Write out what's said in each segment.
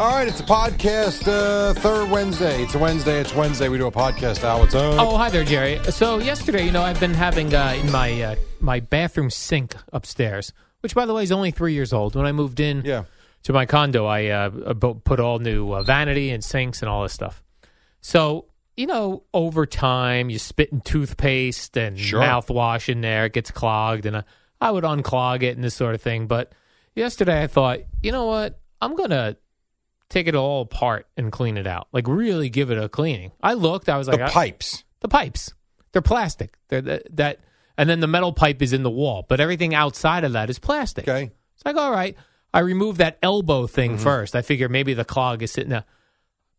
All right, it's a podcast uh, third Wednesday. It's a Wednesday. It's Wednesday. We do a podcast hour. It's up? Oh, hi there, Jerry. So yesterday, you know, I've been having uh, in my uh, my bathroom sink upstairs, which, by the way, is only three years old. When I moved in Yeah. to my condo, I uh, bu- put all new uh, vanity and sinks and all this stuff. So you know, over time, you spit in toothpaste and mouthwash in there, it gets clogged, and I, I would unclog it and this sort of thing. But yesterday, I thought, you know what, I'm gonna. Take it all apart and clean it out. Like really give it a cleaning. I looked. I was like, the I- pipes. the pipes. They're plastic. They're th- that, and then the metal pipe is in the wall, but everything outside of that is plastic. Okay. Mm-hmm. It's like, all right, I remove that elbow thing first. I figure maybe the clog is sitting there.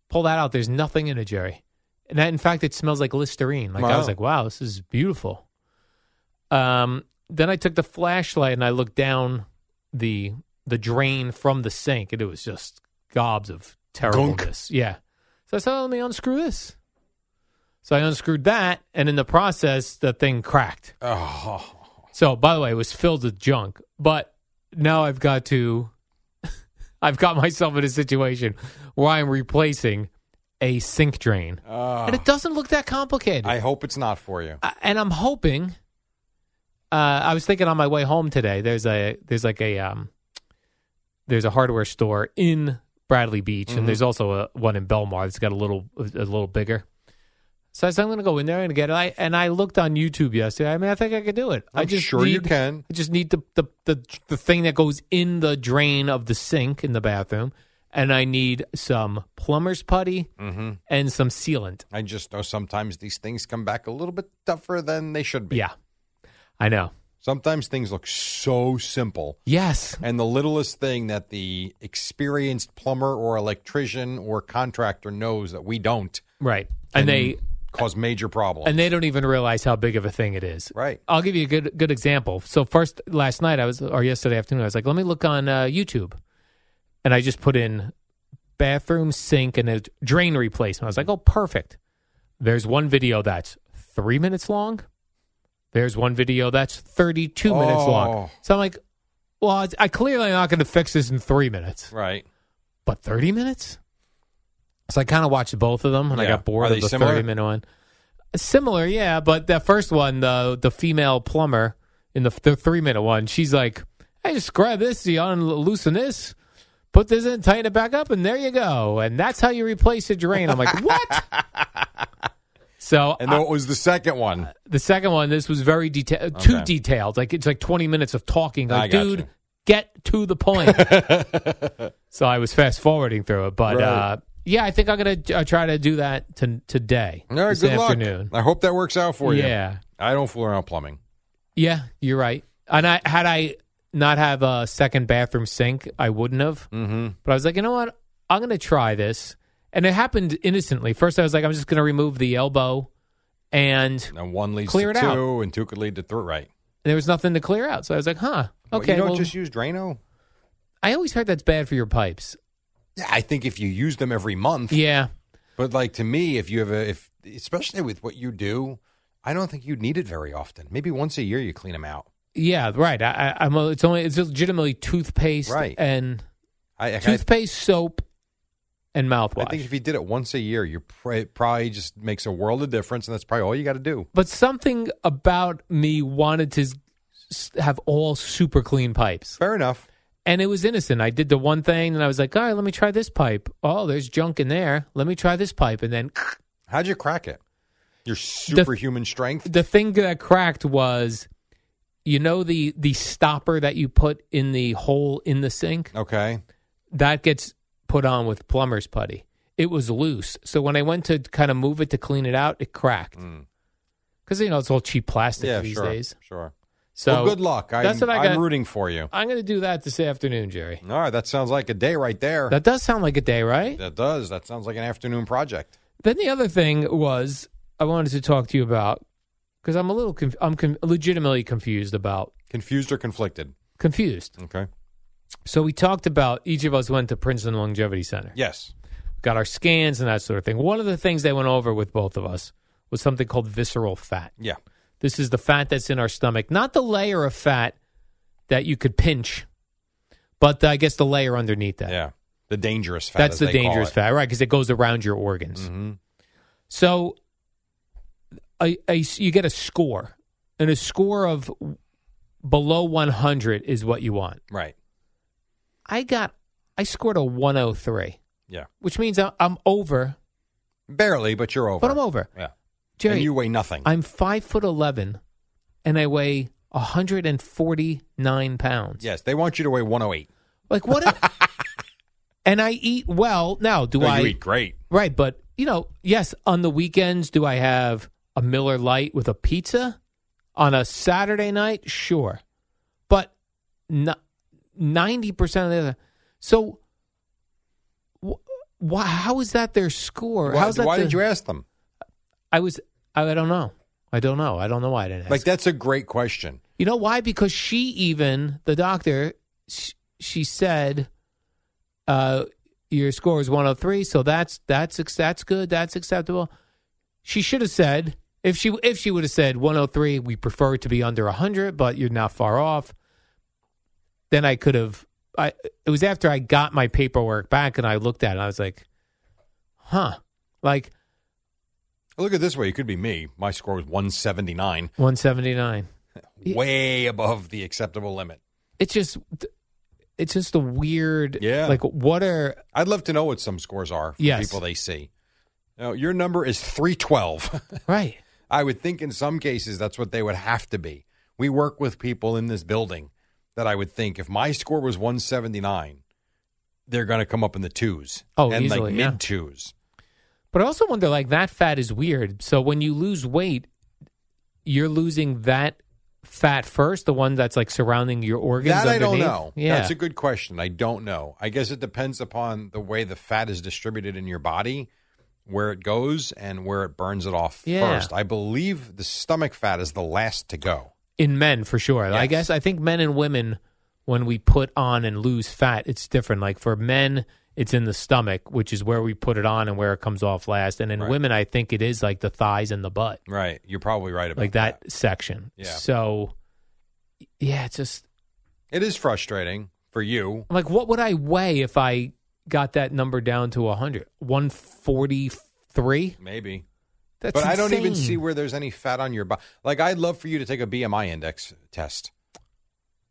Pull that out. There's nothing in it, Jerry. And that, in fact, it smells like Listerine. Like I was Wow. like, wow, this is beautiful. Um, then I took the flashlight and I looked down the the drain from the sink, and it was just gobs of terribleness. Yeah. So I said, oh, let me unscrew this. So I unscrewed that, and in the process, the thing cracked. Oh, So, by the way, it was filled with junk. But now I've got to, I've got myself in a situation where I'm replacing a sink drain, and it doesn't look that complicated. I hope it's not for you. I- and I'm hoping. Uh, I was thinking on my way home today. There's a there's like a um, there's a hardware store in Bradley Beach, Mm-hmm. and there's also a one in Belmar that's got a little a little bigger. So I said I'm going to go in there and get it. I, and I looked on YouTube yesterday. I mean, I think I could do it. i I'm just sure you need- can. I just need the, the the the thing that goes in the drain of the sink in the bathroom, and I need some plumber's putty Mm-hmm. and some sealant. I just know sometimes these things come back a little bit tougher than they should be. Yeah, I know. Sometimes things look so simple. Yes. And the littlest thing that the experienced plumber or electrician or contractor knows that we don't Right. And they cause major problems. and they don't even realize how big of a thing it is. right. I'll give you a good good example. So first last night I was or yesterday afternoon I was like, let me look on uh, YouTube, and I just put in bathroom sink and a drain replacement. I was like, oh, perfect. There's one video that's three minutes long. There's one video that's 32 minutes long. Oh. So I'm like, well, I- I clearly am not going to fix this in three minutes, Right. but 30 minutes. So I kind of watched both of them, and I Yeah. got bored Are of they the similar? 30 minute one. Similar, yeah, but that first one, the the female plumber in the, the three minute one, she's like, "Hey, just grab this, you unloosen this, put this in, tighten it back up, and there you go." And that's how you replace a drain. I'm like, "What?" So And I- then what was the second one? the second one, this was very detailed, too Okay. detailed. Like it's like twenty minutes of talking. I Like, gotcha. dude, get to the point. so I was fast forwarding through it, but uh, yeah, I think I'm gonna uh, try to do that to, today, All right, this good afternoon. luck. I hope that works out for you. Yeah, I don't fool around plumbing. yeah, you're right. And I had I not have a second bathroom sink, I wouldn't have. Mm-hmm. But I was like, you know what? I'm going to try this. And it happened innocently. First, I was like, I'm just going to remove the elbow. And And one leads Clear it to two, out. and two could lead to three. Right. there was nothing to clear out. So I was like, huh. Well, Okay. you don't well, just use Drano. I always heard that's bad for your pipes. Yeah, I think if you use them every month, Yeah. but like to me, if you have a, if especially with what you do, I don't think you'd need it very often. Maybe once a year you clean them out. Yeah. Right. I, I, I'm, a- it's only, it's legitimately toothpaste Right. and I, I, I toothpaste, soap, and mouthwash. think if you did it once a year, you pr- it probably just makes a world of difference, and that's probably all you got to do. but something about me wanted to s- have all super clean pipes. Fair enough. and it was innocent. I did the one thing, and I was like, "All right, let me try this pipe. Oh, there's junk in there. Let me try this pipe." And then How'd you crack it? Your superhuman strength. the thing that cracked was, you know, the the stopper that you put in the hole in the sink Okay. that gets put on with plumber's putty. It was loose, so when I went to kind of move it to clean it out, it cracked. Because you know it's all cheap plastic Mm. Yeah. these sure. days. Sure. So well, good luck. I, that's what I I'm got. rooting for you. I'm going to do that this afternoon, Jerry. All right, that sounds like a day right there. That does sound like a day, right? that does. That sounds like an afternoon project. Then the other thing was I wanted to talk to you about because I'm a little conf- I'm con- legitimately confused about Confused or conflicted? confused. Okay. So we talked about each of us went to Princeton Longevity Center, Yes. got our scans and that sort of thing. One of the things they went over with both of us was something called visceral fat. Yeah. This is the fat that's in our stomach, not the layer of fat that you could pinch, but I guess the layer underneath that. Yeah. The dangerous fat. That's as the they call dangerous it. Mm. Mm-hmm. fat, right? Because it goes around your organs. So, a, a- you get a score, and a score of below 100 is what you want. Right. I got, I scored a 103, Yeah. which means I- I'm over, Barely, but you're over. but I'm over. Yeah. Jerry, and you weigh nothing. I'm five foot 11, and I weigh 149 pounds. yes, they want you to weigh 108. Like what? a- and I eat well. Now, do No, I? you eat great. Right, but you know, yes, on the weekends do I have a Miller Lite with a pizza? On a Saturday night, sure. But ninety percent of the other. So, wh- wh- how is that their score? Why, How's that why the- did you ask them? I was. I, I don't know. I don't know. I don't know why I didn't ask. Like that's a great question. You know why? Because she even the doctor, she, she said, uh, "Your score is 103, so that's that's ex- that's good, that's acceptable." She should have said if she if she would have said 103, we prefer it to be under 100, but you're not far off. Then I could have. I it was after I got my paperwork back and I looked at it. And I was like, "Huh." Like Look at it this way. It could be me. My score was 179, 179. way above the acceptable limit. It's just it's just a weird Yeah. like what are I'd love to know what some scores are for Yes. people they see. Now, your number is 312. right I would think in some cases that's what they would have to be. We work with people in this building that I would think if my score was 179, they're going to come up in the twos. Oh, and easily, like yeah. mid twos. But I also wonder, like that fat is weird. So when you lose weight, you're losing that fat first, the one that's like surrounding your organs. That I don't underneath? know. Yeah, That's a good question. I don't know. I guess it depends upon the way the fat is distributed in your body, where it goes and where it burns it off Yeah. first. I believe the stomach fat is the last to go. in men for sure. I Yes. guess I think men and women, when we put on and lose fat, it's different. Like for men, it's in the stomach, which is where we put it on and where it comes off last. And in Right. women, I think it is like the thighs and the butt, Right. You're probably right about like that, section. Yeah. So, yeah, it's just It is frustrating for you. I'm like, what would I weigh if I got that number down to 100? 143? Maybe. That's but I don't even insane. see where there's any fat on your body. Like I'd love for you to take a BMI index test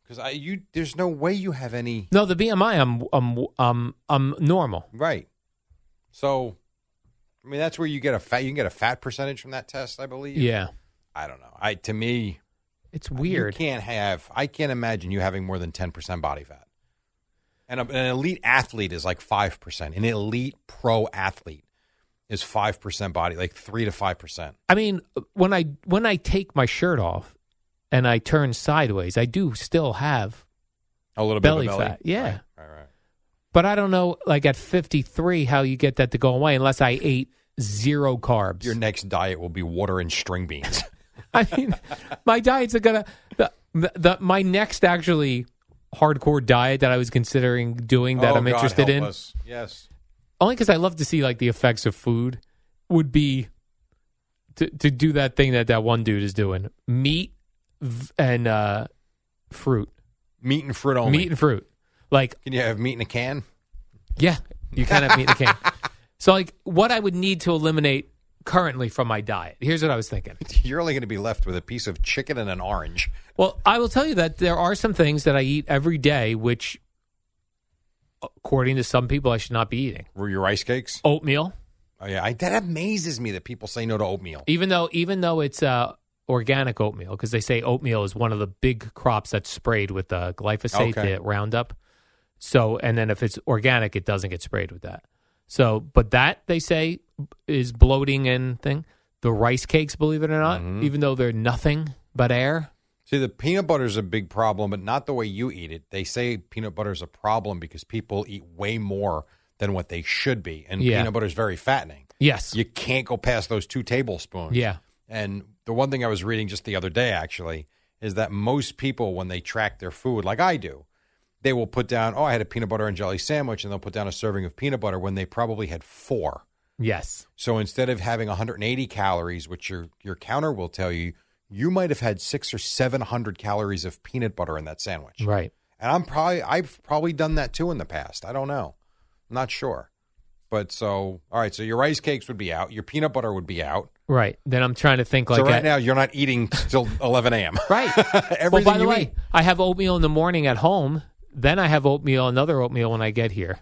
because I you there's no way you have any No, the BMI, I'm, I'm, I'm, I'm normal. right. So I mean, that's where you get a fat. You can get a fat percentage from that test, I believe. Yeah. I don't know. I to me, It's You weird. can't have. I can't imagine you having more than ten percent body fat. And a, an elite athlete is like five percent. An elite pro athlete is five percent body, like three to five percent. I mean, when I when I take my shirt off and I turn sideways, I do still have, A little Belly bit of a belly. fat, yeah. Right, right, right. but I don't know like at 53 how you get that to go away unless I ate zero carbs. Your next diet will be water and string beans. I mean, my diets are gonna the, the, the my next actually hardcore diet that I was considering doing that Oh, I'm God, interested help in us. Yes. only because I love to see like the effects of food would be to to do that thing that that one dude is doing meat v- and uh, fruit Meat and fruit only. meat and fruit like Can you have meat in a can? yeah you kind of meat and can so like what I would need to eliminate currently from my diet here's what I was thinking You're only going to be left with a piece of chicken and an orange. Well, I will tell you that there are some things that I eat every day, which, according to some people, I should not be eating. Were your rice cakes? Oatmeal, Oh yeah, I, that amazes me that people say no to oatmeal. even though even though it's uh, organic oatmeal, because they say oatmeal is one of the big crops that's sprayed with uh, glyphosate, Okay. the Roundup. So, and then if it's organic, it doesn't get sprayed with that. So, but that they say is bloating and thing. The rice cakes, believe it or not, Mm-hmm. even though they're nothing but air. See, the peanut butter is a big problem, but not the way you eat it. They say peanut butter is a problem because people eat way more than what they should be, and Yeah. peanut butter is very fattening. Yes. You can't go past those two tablespoons. yeah. And the one thing I was reading just the other day, actually, is that most people, when they track their food, like I do, they will put down, oh, I had a peanut butter and jelly sandwich, and they'll put down a serving of peanut butter when they probably had four. Yes. So instead of having 180 calories, which your your counter will tell you, you might have had six or seven hundred calories of peanut butter in that sandwich. Right. And I'm probably I've probably done that too in the past. I don't know. I'm not sure. But so all right, so your rice cakes would be out, your peanut butter would be out. Right. Then I'm trying to think like so right at- now you're not eating till 11 a.m. Right. well, Everything by the you way, eat. I have oatmeal in the morning at home. Then I have oatmeal, another oatmeal when I get here,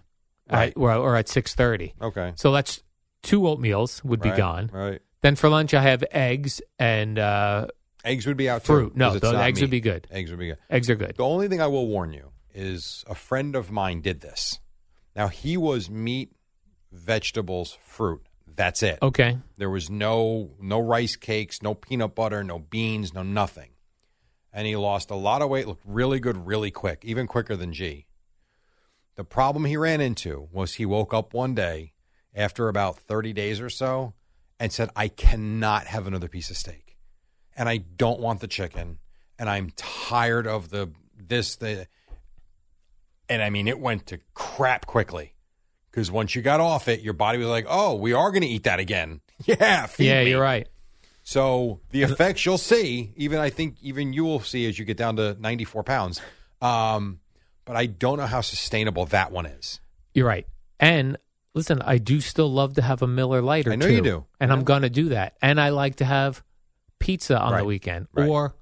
at- Right. or, or at six thirty. Okay. So that's two oatmeals would be Right, gone. Right. Then for lunch, I have eggs and uh, Eggs would be out Fruit. too. No, 'cause it's the not eggs would be meat. good. Eggs would be good. eggs are good. The only thing I will warn you is a friend of mine did this. Now he was meat, vegetables, fruit. That's it. Okay. There was no no rice cakes, no peanut butter, no beans, no nothing. And he lost a lot of weight, looked really good really quick, even quicker than G. The problem he ran into was he woke up one day after about 30 days or so and said, I cannot have another piece of steak. And I don't want the chicken. And I'm tired of the this, the and I mean it went to crap quickly. Because once you got off it, your body was like, Oh, we are gonna eat that again. Yeah, feed yeah, me. you're right. So the effects you'll see, even I think even you will see as you get down to 94 pounds. Um, but I don't know how sustainable that one is. You're right. And listen, I do still love to have a Miller Lite or I know two, you do. and I'm going to do that. And I like to have pizza on Right, the weekend right. or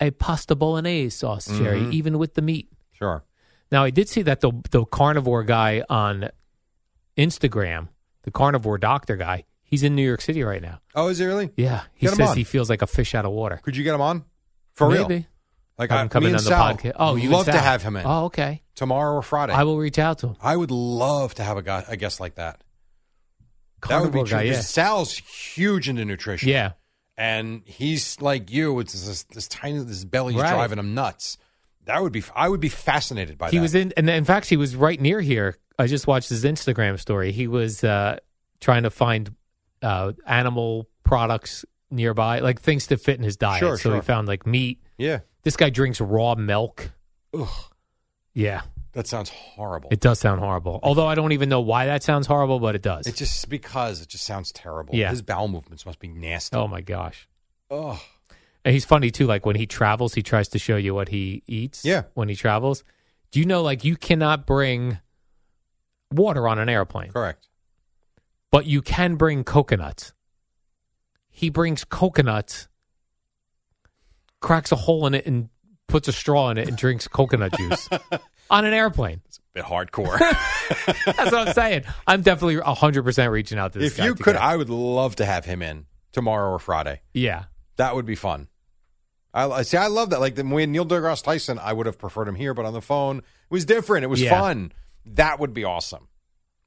a pasta bolognese sauce, Jerry, Mhm. even with the meat. Sure. Now I did see that the the carnivore guy on Instagram, the carnivore doctor guy, he's in New York City right now. Oh, is it really? Yeah, he Get him says on. he feels like a fish out of water. Could you get him on? For Maybe. real? Like Have I, him come me in and on the Sal podcast. Oh, would you and love to Sal. have him in Oh, okay. tomorrow or Friday. I I will reach out to him. would love to have a guy a guest like that. Carnivore that would be true. guy, 'cause yeah. Sal's huge into nutrition. Yeah, and he's like you. It's this, this tiny this belly's Right. driving him nuts. That would be I would be fascinated by he that. was in, and in fact, he was right near here. I just watched his Instagram story. He was uh, trying to find uh, animal products nearby, like things to fit in his diet. Sure, so he sure. found like meat. yeah. This guy drinks raw milk. Yeah. That sounds horrible. It does sound horrible. Although I don't even know why that sounds horrible, but it does. It just because it just sounds terrible. Yeah. His bowel movements must be nasty. oh my gosh. Ugh. And he's funny too. Like when he travels, he tries to show you what he eats. Yeah. When he travels, do you know like you cannot bring water on an airplane, Correct. but you can bring coconuts. He brings coconuts, cracks a hole in it, and puts a straw in it, and drinks coconut juice. on an airplane. bit hardcore. That's what I'm saying. I'm definitely 100% reaching out to this if guy you to could, get- I would love to have him in tomorrow or Friday. yeah. That would be fun. I I- see. I love that. Like the- when Neil deGrasse Tyson, I would have preferred him here, but on the phone, it was different. It was Yeah. fun. That would be awesome.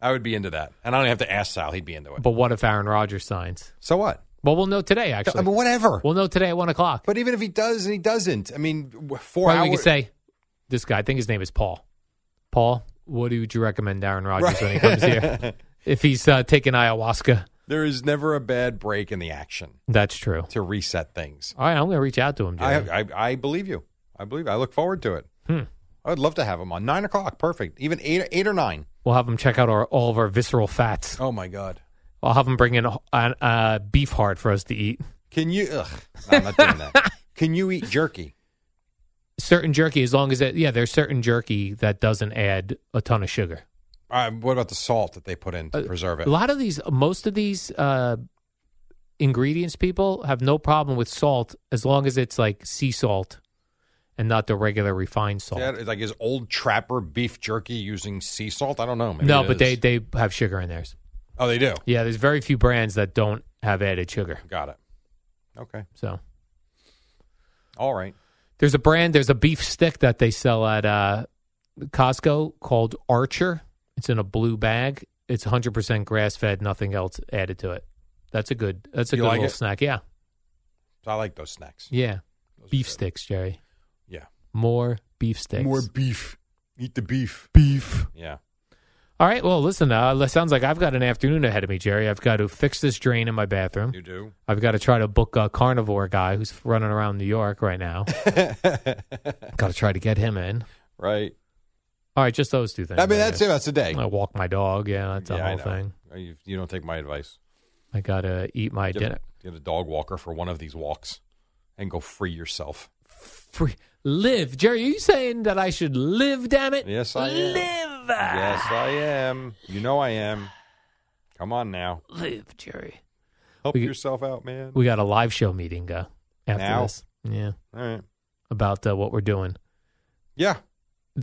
I would be into that, and I don't have to ask Sal; he'd be into it. But what if Aaron Rodgers signs? so what? Well, we'll know today, actually. I mean, whatever. we'll know today at 1 o'clock. But even if he does and he doesn't, I mean, w- four Probably hours. we could say, this guy, I think his name is Paul. Paul, what would you recommend Aaron Rodgers when he comes here? If he's uh, taking ayahuasca, there is never a bad break in the action that's true. to reset things. All right, I'm going to reach out to him, Jerry. I, I I believe you. I believe. I look forward to it. Hmm. I would love to have him on nine o'clock. Perfect. Even eight eight or nine. We'll have him check out our, all of our visceral fats. Oh my god. I'll have him bring in a, an- a beef heart for us to eat. Can you? Ugh, no, I'm not doing that. Can you eat jerky? Certain jerky, as long as it, yeah, there's certain jerky that doesn't add a ton of sugar. Uh, what about the salt that they put in Uh, to preserve it? A lot of these, most of these uh, ingredients, people have no problem with salt as long as it's like sea salt and not the regular refined salt. Yeah, like is old trapper beef jerky using sea salt? I don't know. Maybe no, it but they is. they have sugar in theirs. oh they do. Yeah, there's very few brands that don't have added sugar. Got it. Okay. So All right. there's a brand, there's a beef stick that they sell at uh, Costco called Archer. It's in a blue bag. It's 100% grass fed, nothing else added to it. That's a good. That's a You good like little it? snack. Yeah, So I like those snacks. yeah. Beef sticks, Jerry. Yeah. More beef sticks. beef. Eat the beef. Beef. Yeah. All right. Well, listen. Uh, it sounds like I've got an afternoon ahead of me, Jerry. I've got to fix this drain in my bathroom. You do. I've got to try to book a carnivore guy who's running around New York right now. got to try to get him in. Right. All right, just those two things. I mean that's it. That's the day. I walk my dog. Yeah, that's a Yeah, I whole know. thing. Uh, You, you don't take my advice. I got to eat my Get, dinner. get a dog walker for one of these walks, and go free yourself. Free. Live, Jerry. Are you saying that I should live? Damn it. Yes, I am. Live. Yes, I am. You know I am. Come on now. Live, Jerry. Help We- yourself out, man. We got a live show meeting uh, after Now? this. Yeah, All right. about uh, what we're doing Yeah,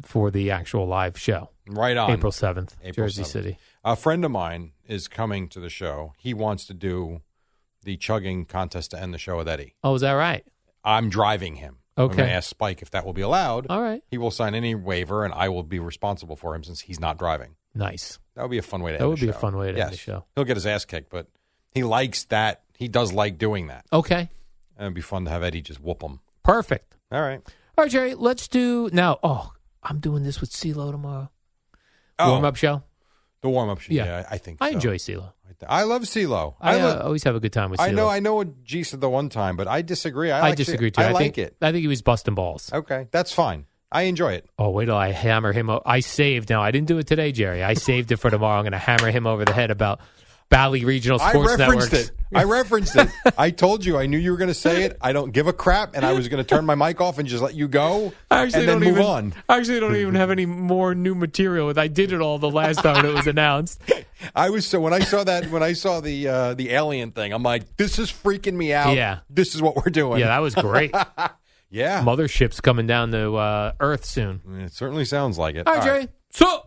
for the actual live show. right on. April 7th, April Jersey 7th. City. A friend of mine is coming to the show. He wants to do the chugging contest to end the show with Eddie. Oh, is that right? I'm driving him. I'm Okay. going to ask Spike if that will be allowed. All right. He will sign any waiver, and I will be responsible for him since he's not driving. Nice. That would be a fun way to. That end would the be a show. fun way to end Yes. the show. He'll get his ass kicked, but he likes that. He does like doing that, Okay. and it'd be fun to have Eddie just whoop him. Perfect. All right. All right, Jerry, let's do now. Oh, I'm doing this with CeeLo tomorrow. Oh, Warm up show. The warm up show. Yeah. Yeah. I I think I so. enjoy CeeLo. I th- I love CeeLo. I, I, uh, lo- always have a good time with CeeLo. I know. I know what G said the one time, but I disagree. I, I like disagree it. too. I, like think, it. I think he was busting balls. Okay, that's fine. I enjoy it. Oh, wait till I hammer him. O- I saved. Now, I didn't do it today, Jerry. I saved it for tomorrow. I'm going to hammer him over the head about Bally Regional I Sports referenced Networks. it. I referenced it. I told you. I knew you were going to say it. I don't give a crap, and I was going to turn my mic off and just let you go, and then move even, on. I actually don't even have any more new material. I did it all the last time it was announced. I was so when I saw that when I saw the uh, the alien thing, I'm like, this is freaking me out. Yeah. this is what we're doing. Yeah, that was great. yeah. Mothership's coming down to uh, Earth soon. it certainly sounds like it. All right, All right. Jerry. So.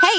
Hey,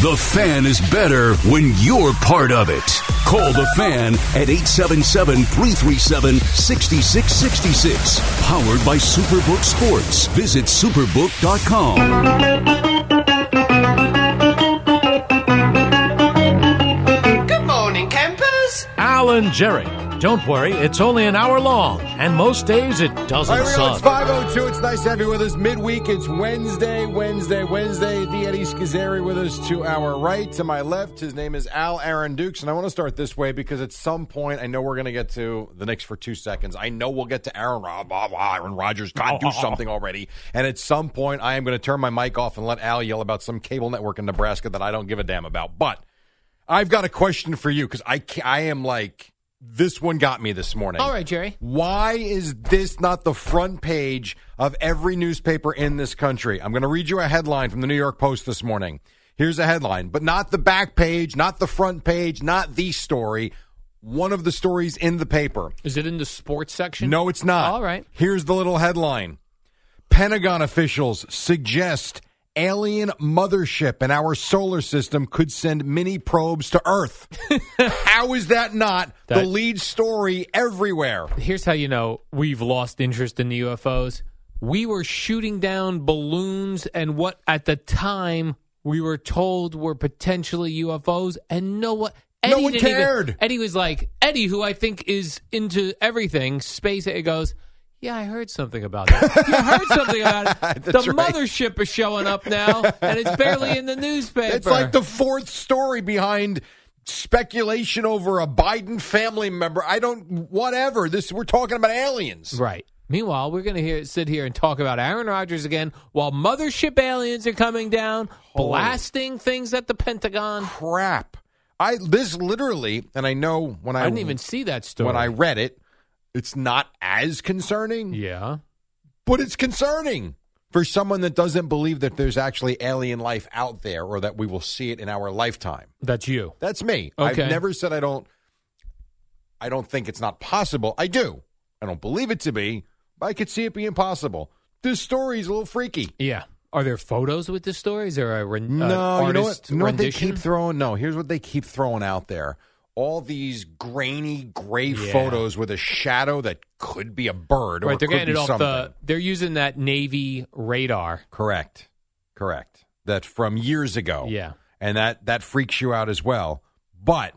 The fan is better when you're part of it. Call the fan at 877 337 6666. Powered by Superbook Sports. Visit superbook.com. Good morning, campers. Alan Jerry. Don't worry, it's only an hour long, and most days it doesn't All right, here we go. suck. It's 502. It's nice to have you with us midweek. It's Wednesday, Wednesday, Wednesday. The Eddie Schizzeri with us to our right, to my left. His name is Al Aaron Dukes. And I want to start this way because at some point, I know we're going to get to the Knicks for two seconds. I know we'll get to Aaron, Rod- blah, blah, Aaron Rodgers. God, do something already. And at some point, I am going to turn my mic off and let Al yell about some cable network in Nebraska that I don't give a damn about. But I've got a question for you because I, ca- I am like, this one got me this morning. All right, Jerry. Why is this not the front page of every newspaper in this country? I'm going to read you a headline from the New York Post this morning. Here's a headline, but not the back page, not the front page, not the story. One of the stories in the paper. Is it in the sports section? No, it's not. All right. Here's the little headline Pentagon officials suggest alien mothership in our solar system could send mini probes to Earth. How is that not the That- lead story everywhere? Here's how you know we've lost interest in the UFOs. We were shooting down balloons and what at the time we were told were potentially UFOs, and no one. No Eddie one didn't even- cared. Eddie was like Eddie, who I think is into everything space. It goes, yeah, I heard something about that. you heard something about it. the That's right. mothership is showing up now, and it's barely in the newspaper. It's like the fourth story behind speculation over a Biden family member. I don't whatever. This we're talking about aliens. Right. Meanwhile, we're going to hear, sit here and talk about Aaron Rodgers again while mothership aliens are coming down, blasting things at the Pentagon. Crap. I this literally and I know when I, I didn't even see that story. When I read it, it's not as concerning. Yeah. But it's concerning for someone that doesn't believe that there's actually alien life out there or that we will see it in our lifetime. That's you. That's me. Okay. I've never said I don't. I don't think it's not possible. I do. I don't believe it to be. But I could see it being possible. This story is a little freaky. Yeah. Are there photos with the stories or a ren- No, uh, you know what? artist You know what they rendition? keep throwing? No, here's what they keep throwing out there: all these grainy gray Yeah. photos with a shadow that could be a bird, or Right, they're could getting it be off something. the. They're using that Navy radar. Correct. Correct. That from years ago. Yeah. And that that freaks you out as well. But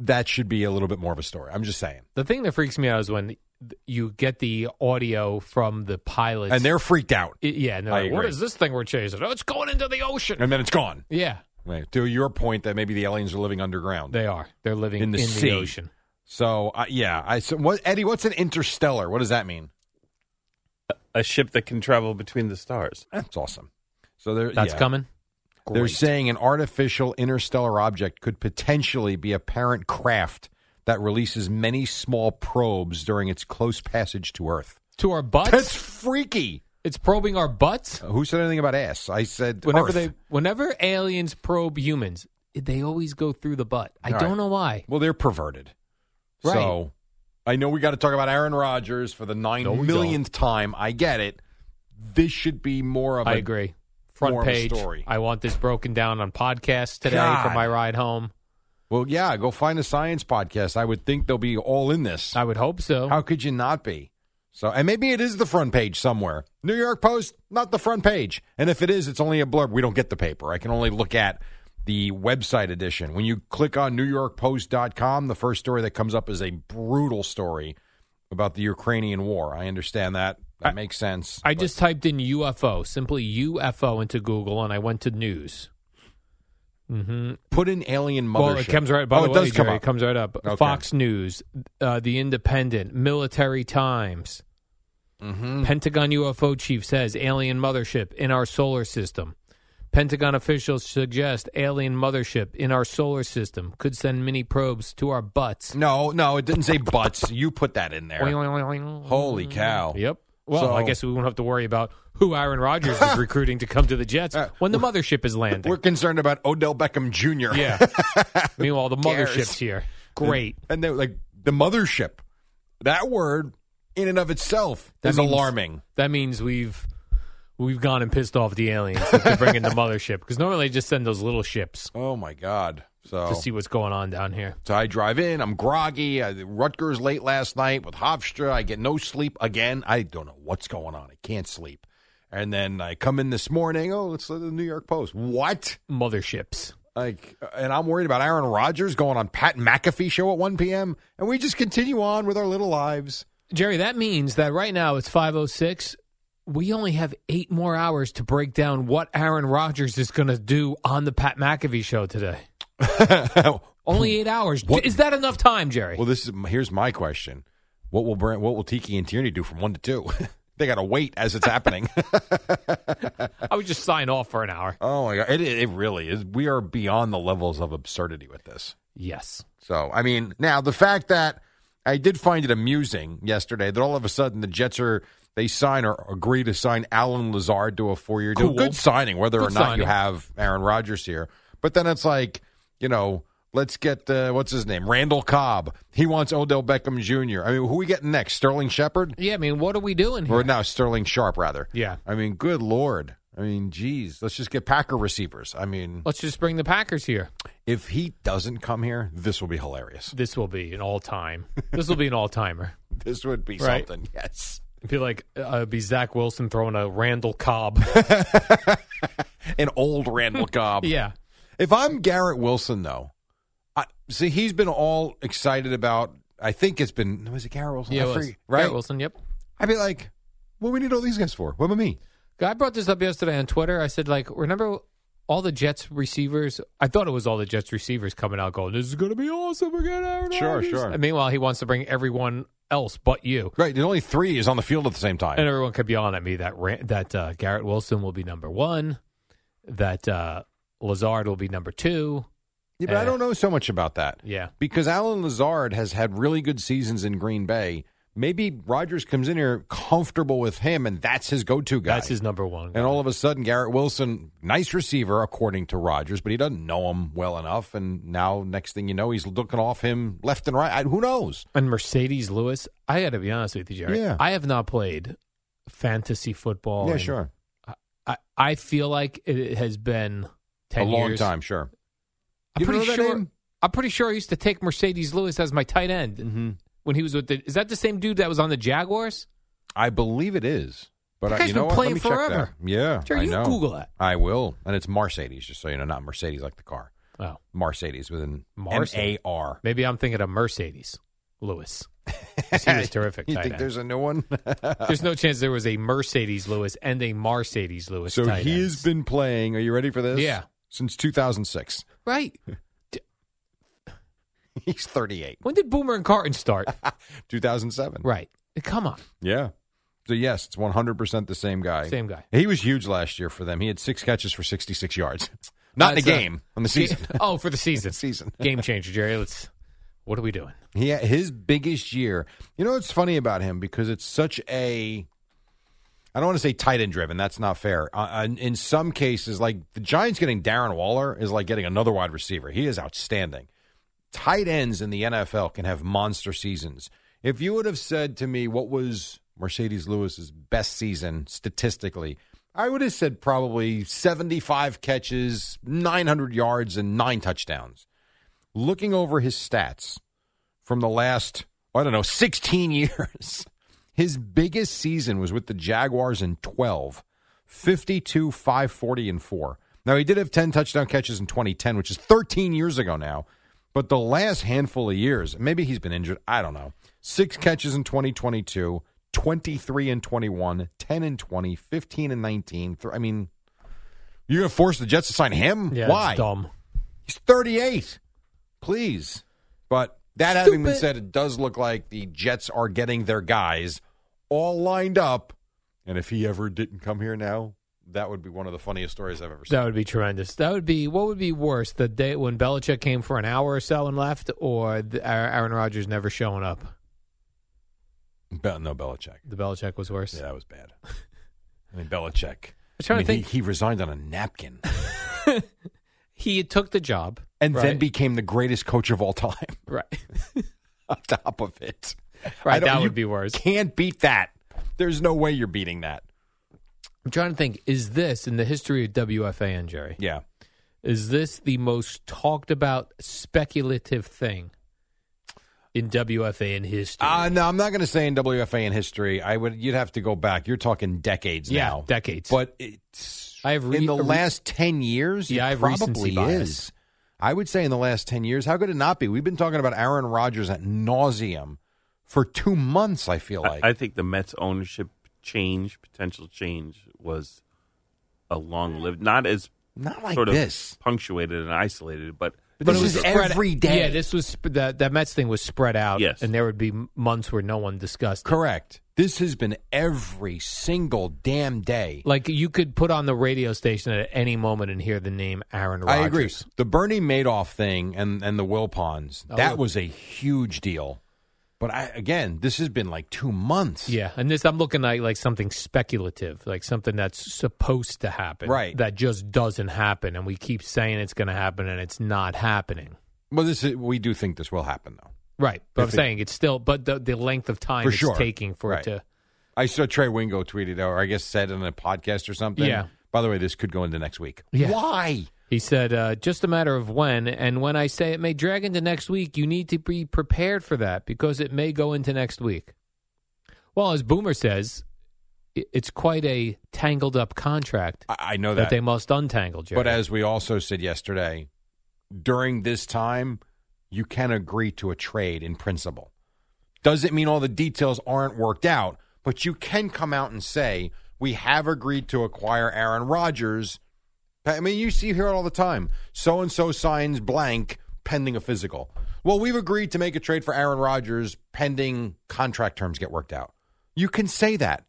that should be a little bit more of a story. I'm just saying. The thing that freaks me out is when th- you get the audio from the pilots, and they're freaked out. I- yeah, and they're I like, "What agree. is this thing we're chasing? Oh, it's going into the ocean." And then it's gone. yeah, Right. To your point that maybe the aliens are living underground. they are. They're living In the sea. the ocean. So uh, yeah, I so what Eddie, what's an interstellar? What does that mean? A ship that can travel between the stars. That's awesome. So there, That's yeah. coming? They're Great. saying an artificial interstellar object could potentially be a parent craft that releases many small probes during its close passage to Earth. To our butts. That's freaky. Uh, It's probing our butts. Who said anything about ass? I said Whenever Earth. they, whenever aliens probe humans, they always go through the butt. I All don't right. know why. Well, they're perverted. Right. So I know we got to talk about Aaron Rodgers for the nine No, millionth we time. I get it. This should be more of a I agree. Front more of a page. story. I want this broken down on podcast today God. for my ride home. Well, yeah, go find a science podcast. I would think they'll be all in this. I would hope so. How could you not be? So, and maybe it is the front page somewhere. New York Post, not the front page. And if it is, it's only a blurb. We don't get the paper. I can only look at the website edition. When you click on newyorkpost.com, the first story that comes up is a brutal story about the Ukrainian war. I understand that. That makes sense. I just typed in UFO, simply UFO into Google, and I went to news. Mm-hmm. Put in alien mothership. Well, it comes right. By oh, the it way, does come Jerry, up. It comes right up. Okay. Fox News, uh, The Independent, Military Times, Mm-hmm. Pentagon UFO chief says alien mothership in our solar system. Pentagon officials suggest alien mothership in our solar system could send mini probes to our butts. No, no, it didn't say butts. You put that in there. Oing, oing, oing, oing. Holy cow. Yep. Well, So- I guess we won't have to worry about who Aaron Rodgers is recruiting to come to the Jets when the mothership is landing. Uh, We're concerned about Odell Beckham Jr. Yeah. Meanwhile, the cares? mothership's here. Great. And, and they're like the mothership. That word in and of itself That is means- alarming. That means we've we've gone and pissed off the aliens that they're bringing the mothership because normally they just send those little ships Oh my god. So to see what's going on down here. So I drive in. I'm groggy. I, Rutgers late last night with Hofstra. I get no sleep again. I don't know what's going on. I can't sleep. And then I come in this morning. Oh, let's look at the New York Post. What motherships? Like, uh, and I'm worried about Aaron Rodgers going on Pat McAfee show at 1 p.m. And we just continue on with our little lives. Jerry, that means that right now it's 506. We only have eight more hours to break down what Aaron Rodgers is going to do on the Pat McAfee show today. only eight hours. Hmm. What- Is that enough time, Jerry? Well, this is here's my question: What will Brent, what will Tiki and Tierney do from one to two? they got to wait as it's happening. I would just sign off for an hour. oh my god, it, it really is. We are beyond the levels of absurdity with this. Yes. So, I mean, now the fact that I did find it amusing yesterday that all of a sudden the Jets are they sign or agree to sign Alan Lazard to a four year deal. Cool. Good signing, whether or Good not you signing. have Aaron Rodgers here. But then it's like, you know, let's get uh, what's his name, Randall Cobb. He wants Odell Beckham Jr. I mean, who we getting next? Sterling Shepard Yeah, I mean, what are we doing here? or now Sterling Sharp rather? Yeah. I mean, good lord. I mean, geez, let's just get Packer receivers. I mean, Let's just bring the Packers here. if he doesn't come here, this will be hilarious. This will be an all time. This will be an all timer. This would be Right. something. Yes. It'd be like uh, it'd be Zach Wilson throwing a Randall Cobb. an old Randall Cobb. yeah. If I'm Garrett Wilson, though, I see he's been all excited about. I think it's been was it Garrett Wilson? Yeah, I it was. forget, right? Garrett Wilson. Yep. I'd be like, what we need all these guys for? What about me? I brought this up yesterday on Twitter. I said, like, remember all the Jets receivers? I thought it was all the Jets receivers coming out going, "This is going to be awesome. We're going to Aaron Sure, Rodgers." sure. And meanwhile, he wants to bring everyone else but you, Right, there's only three is on the field at the same time. and everyone kept yelling at me that Ran- that uh, Garrett Wilson will be number one, that uh, Lazard will be number two. yeah, but I eh. don't know so much about that Yeah, because Alan Lazard has had really good seasons in Green Bay. Maybe Rodgers comes in here comfortable with him, and that's his go-to guy. that's his number one. And all of a sudden, Garrett Wilson, nice receiver according to Rodgers, but he doesn't know him well enough. And now, next thing you know, he's looking off him left and right. I, who knows? And Mercedes Lewis, I got to be honest with you, Jerry. Yeah. I have not played fantasy football. yeah, and sure. I, I feel like it has been A ten long years. time, sure. I'm You don't pretty know that sure. name? I'm pretty sure I used to take Mercedes Lewis as my tight end Mm-hmm. when he was with the. Is that the same dude that was on the Jaguars? I believe it is. But That I, guy's you been know what? Let playing me check that. forever. Yeah, Jerry, I you know. Google that. I will, and it's Mercedes, just so you know, not Mercedes like the car. Oh, Mercedes with an M Mercedes. A R. maybe I'm thinking of Mercedes Lewis. 'Cause He was terrific. You tight think end. there's a new one? There's no chance there was a Mercedes Lewis and a Mercedes Lewis. so tight he end. has been playing. Are you ready for this? Yeah. Since 2006, right. he's 38. When did Boomer and Carton start? 2007. right. Come on. Yeah. So yes, it's 100% the same guy. Same guy. He was huge last year for them. He had 6 catches for 66 yards. Not in a That's not- game, on the season. oh, for the season. season. Game changer, Jerry. Let's. What are we doing? He had his biggest year. You know what's funny about him because it's such a I don't want to say tight end driven. That's not fair. Uh, in- in some cases, like the Giants getting Darren Waller is like getting another wide receiver. He is outstanding. Tight ends in the NFL can have monster seasons. If you would have said to me what was Mercedes Lewis's best season statistically, I would have said probably 75 catches, 900 yards, and nine touchdowns. Looking over his stats, from the last, I don't know, 16 years. His biggest season was with the Jaguars in 12, 52, 540, and 4. Now, he did have 10 touchdown catches in 2010, which is 13 years ago now. But the last handful of years, maybe he's been injured. I don't know. Six catches in 2022, 23 and 21, 10 and 20, 15 and 19. Th- I mean, you're going to force the Jets to sign him? Yeah, Why? It's dumb. He's 38. Please. But that having been Stupid. said, it does look like the Jets are getting their guys all lined up. And if he ever didn't come here now, That would be one of the funniest stories I've ever seen. That would be tremendous. That would be what would be worse: the day when Belichick came for an hour or so and left, or the, Ar- Aaron Rodgers never showing up. Be- no, Belichick. The Belichick was worse. Yeah, that was bad. I mean, Belichick. I'm trying I mean, to think. He, he resigned on a napkin He, took the job and then right? became the greatest coach of all time. right. on top of it, Right, I don't- that you would be worse. Can't beat that. There's no way you're beating that. I'm trying to think. Is this in the history of WFAN, Jerry? Yeah. Is this the most talked about speculative thing in WFAN history? Uh, no, I'm not going to say in WFA in history. I would. You'd have to go back. You're talking decades yeah, now. decades. But it's I have re- in the a re- last ten years. Yeah, it I have recency probably bias. is. I would say in the last ten years. How could it not be? We've been talking about Aaron Rodgers at nauseum for two months. I feel like I, I think the Mets ownership change, potential change, was a long lived, not as Not like sort this. of punctuated and isolated, but But this is spread- every day. Yeah, this was sp- that that Mets thing was spread out. Yes. and there would be m- months where no one discussed. it. correct. This has been every single damn day. Like you could put on the radio station at any moment and hear the name Aaron Rodgers. I agree. The Bernie Madoff thing and and the Wilpons Oh, that yeah. was a huge deal. But I again, this has been like two months. Yeah, and this I'm looking at like something speculative, like something that's supposed to happen, Right. That just doesn't happen, and we keep saying it's going to happen, and it's not happening, Well, this is, we do think this will happen though. right? But I'm If it- saying it's still, but the, the length of time For it's sure. taking for Right. it to, I saw Trey Wingo tweeted, or I guess said in a podcast or something. Yeah. By the way, this could go into next week. Yeah. Why? he said, uh, just a matter of when, and when I say it may drag into next week, you need to be prepared for that because it may go into next week. Well, as Boomer says, i- it's quite a tangled up contract I, I know that that. they must untangle. Jerry. but as we also said yesterday, during this time, you can agree to a trade in principle. Doesn't mean all the details aren't worked out, but you can come out and say, we have agreed to acquire Aaron Rodgers. I mean, you see here all the time. So and so signs blank pending a physical. Well, we've agreed to make a trade for Aaron Rodgers pending contract terms get worked out. You can say that.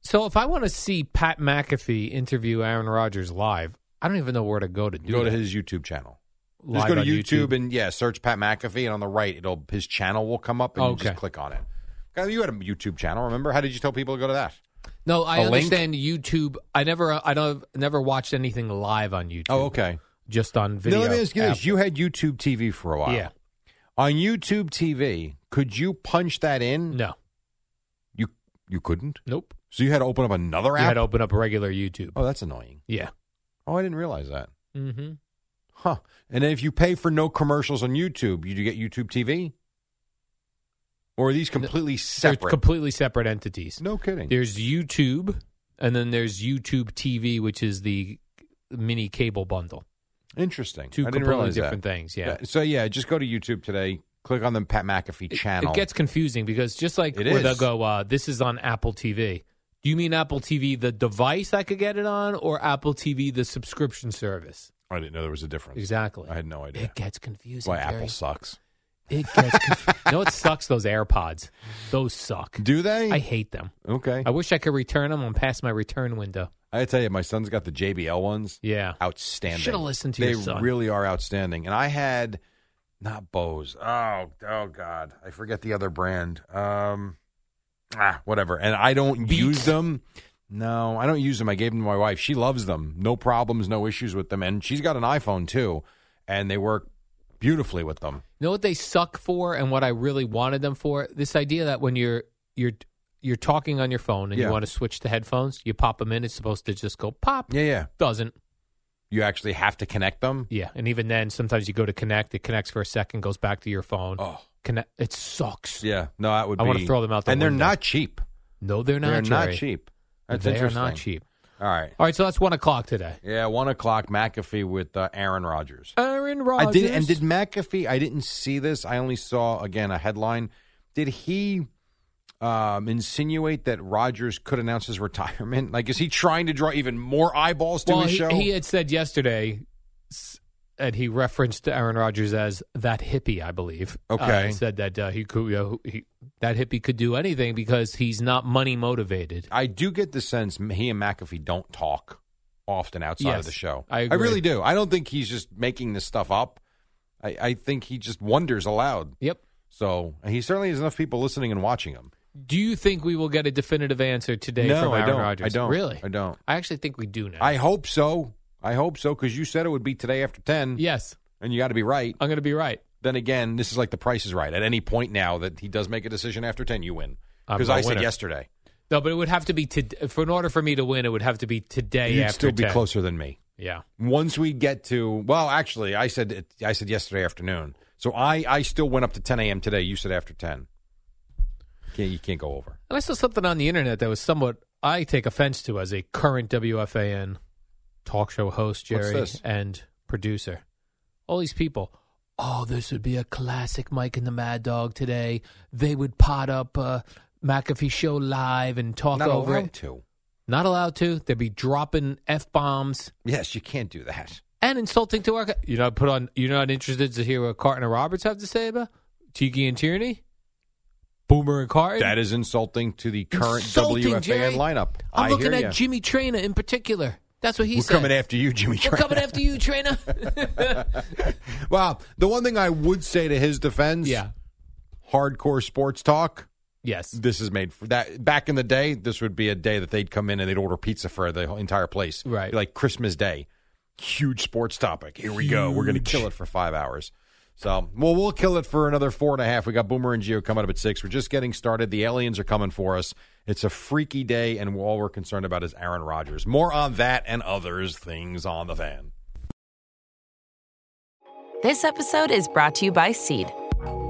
So if I want to see Pat McAfee interview Aaron Rodgers live, I don't even know where to go to do Go to that. his YouTube channel. Live Just go to on YouTube, and yeah, search Pat McAfee, and on the right, it'll his channel will come up, and you Okay. just click on it. Guy, You had a YouTube channel, remember? How did you tell people to go to that? no, I a link? understand YouTube. I never, I don't, never watched anything live on YouTube. Oh, okay. Just on Now, video. let me ask you app. this: You had YouTube TV for a while. Yeah. On YouTube TV, could you punch that in? No. You you couldn't. Nope. So you had to open up another You app. had to open up regular YouTube. oh, that's annoying. Yeah. Oh, I didn't realize that. Mm-hmm. Huh. And then if you pay for no commercials on YouTube, you do get YouTube TV. Or are these completely They're separate? completely separate entities. no kidding. There's YouTube, and then there's YouTube TV, which is the mini cable bundle. Interesting. Two I didn't completely realize that. different things. Yeah. So yeah, just go to YouTube today. Click on the Pat McAfee It- channel. It, gets confusing because just like It where they'll is. go, uh, this is on Apple TV. Do you mean Apple TV, the device I could get it on, or Apple TV, the subscription service? I didn't know there was a difference. Exactly. I had no idea. It gets confusing. Why Jerry. Apple sucks? It gets confusing. you know what sucks? Those AirPods. Those suck. Do they? I hate them. okay. I wish I could return them. I'm past my return window. I, tell you, my son's got the JBL ones. Yeah. Outstanding. Shoulda listened to They your son. really are outstanding. And I had not Bose. Oh, oh God, I forget the other brand. Um, ah, whatever. And I don't Beats. use them. No, I don't use them. I gave them to my wife. She loves them. No problems, no issues with them. And she's got an iPhone too, and they work beautifully with them. You know what they suck for, and what I really wanted them for? This idea that when you're you're you're talking on your phone and Yeah. you want to switch to headphones, you pop them in. It's supposed to just go pop. Yeah, yeah. Doesn't. You actually have to connect them. Yeah, and even then, sometimes you go to connect, it connects for a second, goes back to your phone. Oh, Connect, it sucks. yeah. No, that would. I be... wanna throw them out the And they're window. not cheap. No, they're not. they're not Jerry. cheap. That's they are interesting. not cheap. All right. All right, so that's one o'clock today. Yeah, one o'clock. McAfee with uh, Aaron Rodgers. Aaron Rodgers. I did, and did McAfee? I didn't see this. I only saw again a headline. Did he um, insinuate that Rodgers could announce his retirement? Like, is he trying to draw even more eyeballs to well, his he, show? he had said yesterday, s- and he referenced Aaron Rodgers as that hippie, I believe. Okay. Uh, he said that uh, he could. You know, he, That hippie could do anything because he's not money motivated. I do get the sense he and McAfee don't talk often outside of Yes, the show. I agree. really do. I don't think he's just making this stuff up. I, I think he just wonders aloud. Yep. So and he certainly has enough people listening and watching him. Do you think we will get a definitive answer today no, from I Aaron don't. Rodgers? I don't. Really? I don't. I actually think we do now. I hope so. I hope so because you said it would be today after ten. Yes. And you got to be right. I'm going to be right. Then again, this is like the Price is Right. At any point now that he does make a decision after ten, you win I'm because a I said winner. yesterday No, but it would have to be to, for in order for me to win. It would have to be today. you'd after still be 10. closer than me. Yeah. Once we get to well, actually, I said it, I said yesterday afternoon. So I I still went up to ten a.m. today. You said after ten. Can't, you can't go over. And I saw something on the internet that was somewhat I take offense to as a current WFAN talk show host, What's Jerry, this? and producer. All these people. Oh, this would be a classic Mike and the Mad Dog today. They would pot up uh, McAfee show live and talk Not over allowed it. to. Not allowed to. They'd be dropping f bombs Yes, you can't do that. and insulting to our. You know, put on. You're not interested to hear what Carton and Roberts have to say about Tiki and Tierney, Boomer and Carton. That is insulting to the current Insulting, WFAN Jerry. lineup. I'm I looking hear at ya. Jimmy Trainer in particular. That's what he We're said. coming after you, Jimmy. We're coming after you, Trainer. Well, the one thing I would say to his defense, yeah, hardcore sports talk. Yes, this is made for that. Back in the day, this would be a day that they'd come in and they'd order pizza for the whole entire place, Right. Be Like Christmas Day, huge sports topic. Here we go. We're going to kill it for five hours. So, well, we'll kill it for another four and a half. We got Boomer and Geo coming up at six. We're just getting started. The aliens are coming for us. It's a freaky day, and all we're concerned about is Aaron Rodgers. More on that and others things on the fan. This episode is brought to you by Seed.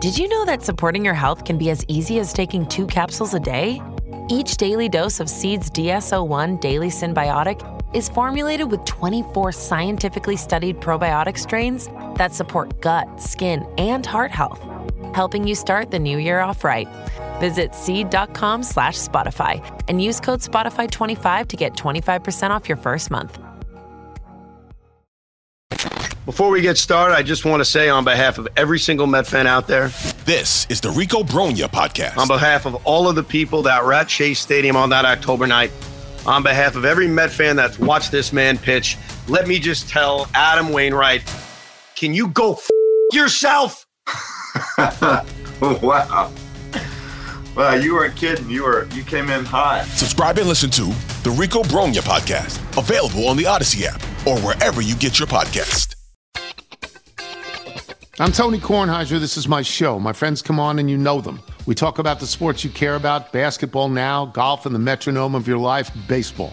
Did you know that supporting your health can be as easy as taking two capsules a day? Each daily dose of Seed's DSO1 Daily Symbiotic is formulated with 24 scientifically studied probiotic strains that support gut, skin, and heart health, helping you start the new year off right. Visit seed.com slash Spotify and use code Spotify25 to get 25% off your first month. Before we get started, I just want to say on behalf of every single Met fan out there, this is the Rico Bronya podcast. On behalf of all of the people that were at Chase Stadium on that October night, on behalf of every Met fan that's watched this man pitch, let me just tell Adam Wainwright, can you go f- yourself? wow. Wow, you weren't kidding. You were you came in hot. Subscribe and listen to the Rico Bronya podcast, available on the Odyssey app or wherever you get your podcast. I'm Tony Kornheiser. This is my show. My friends come on and you know them. We talk about the sports you care about basketball now, golf, and the metronome of your life, baseball.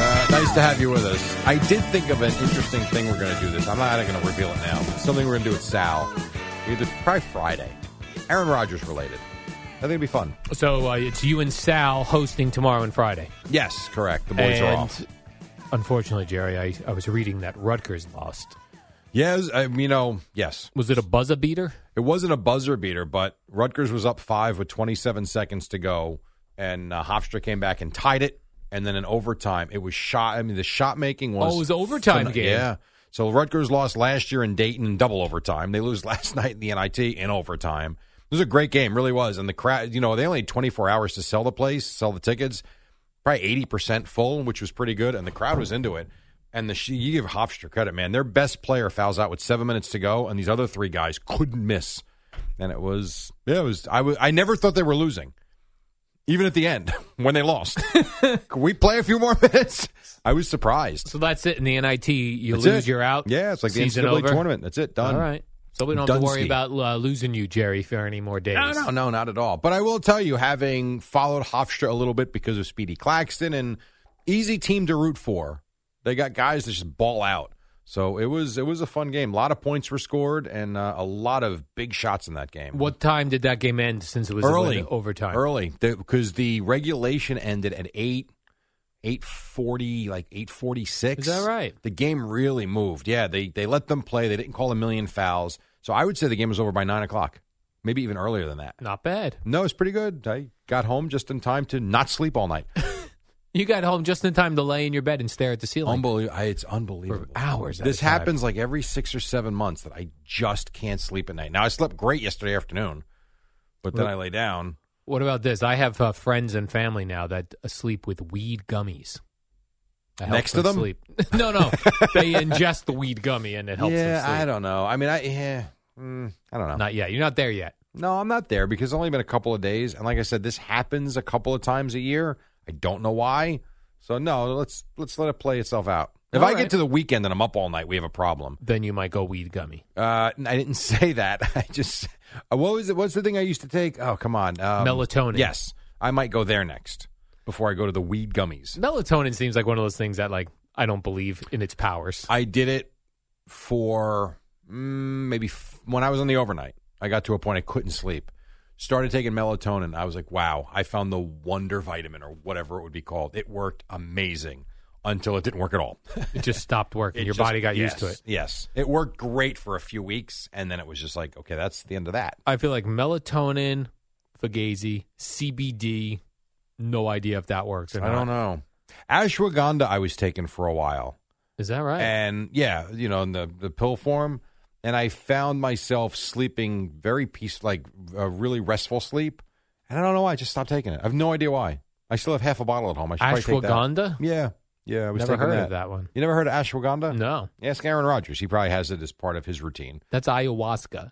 Uh, nice to have you with us. I did think of an interesting thing we're going to do this. I'm not going to reveal it now. It's something we're going to do with Sal. Either probably Friday. Aaron Rodgers related. I think it'd be fun. So uh, it's you and Sal hosting tomorrow and Friday. Yes, correct. The boys are And off. Unfortunately, Jerry, I, I was reading that Rutgers lost. Yeah, it was- I, um, you know, yes. Was it a buzzer beater? It wasn't a buzzer beater, but Rutgers was up five with 27 seconds to go, and uh, Hofstra came back and tied it. And then in overtime, it was shot. I mean, the shot making was Oh, it was overtime game. Yeah. So Rutgers lost last year in Dayton in double overtime. They lose last night in the NIT in overtime. It was a great game, really was. And the crowd, you know, they only had 24 hours to sell the place, sell the tickets. Probably 80% full, which was pretty good, and the crowd was into it. And the sh- you give Hofstra credit, man. Their best player fouls out with seven minutes to go, and these other three guys couldn't miss. And it was, yeah, it was. I was, I never thought they were losing, even at the end when they lost. Can we play a few more minutes? I was surprised. So that's it in the NIT. You That's lose, it. you're out. Yeah, it's like the Season NCAA over. tournament. That's it. Done. All right. So we don't have to worry Dunsky. about uh, losing you, Jerry, for any more days. No, no, no, not at all. But I will tell you, having followed Hofstra a little bit because of Speedy Claxton and easy team to root for, they got guys that just ball out. So it was it was a fun game. A lot of points were scored and uh, a lot of big shots in that game. What time did that game end? Since it was early in overtime. Early because the regulation ended at eight. 840 like 846 Is that right? the game really moved yeah they they let them play they didn't call a million fouls so i would say the game was over by nine o'clock maybe even earlier than that not bad no it's pretty good i got home just in time to not sleep all night You got home just in time to lay in your bed and stare at the ceiling. Unbelievable! It's unbelievable. For hours. at This a time. happens like every six or seven months that I just can't sleep at night. Now I slept great yesterday afternoon, but then Right. I lay down. What about this? I have uh, friends and family now that sleep with weed gummies. That helps Next to them? sleep. no, no, they ingest the weed gummy and it helps yeah, them sleep. I don't know. I mean, I yeah, mm, I don't know. Not yet. You're not there yet. No, I'm not there because it's only been a couple of days, and like I said, this happens a couple of times a year. I don't know why. So no, let's let's let it play itself out. If All I right. get to the weekend and I'm up all night, we have a problem. Then you might go weed gummy. Uh, I didn't say that. I just uh, what was it? What's the thing I used to take? Oh, come on, um, Melatonin. Yes, I might go there next before I go to the weed gummies. Melatonin seems like one of those things that like I don't believe in its powers. I did it for mm, maybe f- when I was on the overnight. I got to a point I couldn't sleep. Started taking melatonin. I was like, wow, I found the wonder vitamin or whatever it would be called. It worked amazing until it didn't work at all. It just stopped working. It Your just- body got used to yes, it. Yes. It worked great for a few weeks. And then it was just like, okay, that's the end of that. I feel like melatonin, fugazi, CBD. No idea if that works. Or I don't know. Ashwagandha, I was taking for a while. Is that right? And yeah, you know, in the, the pill form. And I found myself sleeping very peace, like a really restful sleep. And I don't know why. I just stopped taking it. I have no idea why. I still have half a bottle at home. I should probably take that. Ashwagandha. Yeah, yeah. I was Never taking heard that. of that one. You never heard of ashwagandha? No. Ask Aaron Rodgers. He probably has it as part of his routine. That's ayahuasca.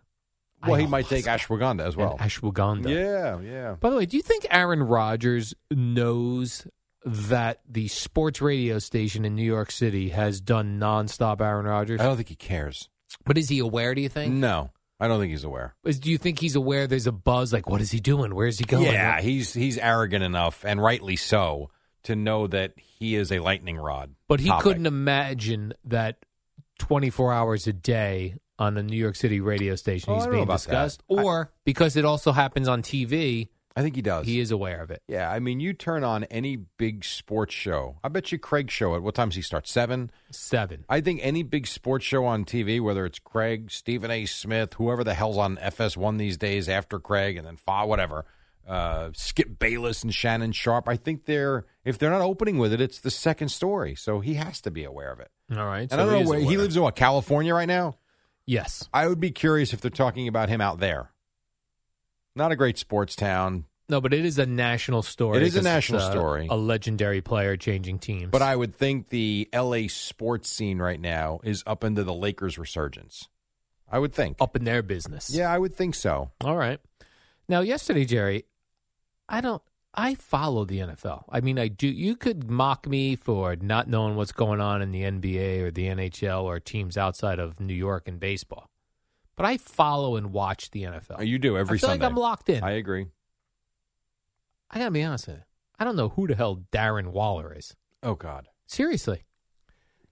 Well, he might take ashwagandha as well. Ashwagandha. Yeah, yeah. By the way, do you think Aaron Rodgers knows that the sports radio station in New York City has done nonstop Aaron Rodgers? I don't think he cares. But is he aware? Do you think? Oh. No, I don't think he's aware. Is, do you think he's aware? There's a buzz. Like, what is he doing? Where is he going? Yeah, Like, he's he's arrogant enough, and rightly so, to know that he is a lightning rod. but he topic. couldn't imagine that 24 hours a day on a New York City radio station Oh, I he's don't know being about that. discussed, or because it also happens on TV. I think he does. He is aware of it. Yeah, I mean, you turn on any big sports show. I bet you Craig show at what time does he start? Seven. Seven. I think any big sports show on TV, whether it's Craig, Stephen A. Smith, whoever the hell's on FS1 these days after Craig, and then Fa, whatever, uh, Skip Bayless and Shannon Sharp. I think they're if they're not opening with it, it's the second story. So he has to be aware of it. All right. And I so don't is know where he aware. lives in what California right now. Yes. I would be curious if they're talking about him out there. Not a great sports town, No, but it is a national story. It is a 'cause it's, national uh, story. A legendary player changing teams. but I would think the LA sports scene right now is up into the Lakers resurgence. I would think. up in their business. Yeah, I would think so. All right. Now, yesterday, Jerry, I don't. I follow the NFL. I mean, I do. You could mock me for not knowing what's going on in the NBA or the NHL or teams outside of New York and baseball, but I follow and watch the NFL. You do I every feel Sunday. like I'm locked in. I I, agree. gotta be honest with you. I don't know who the hell Darren Waller is. Oh God, Seriously,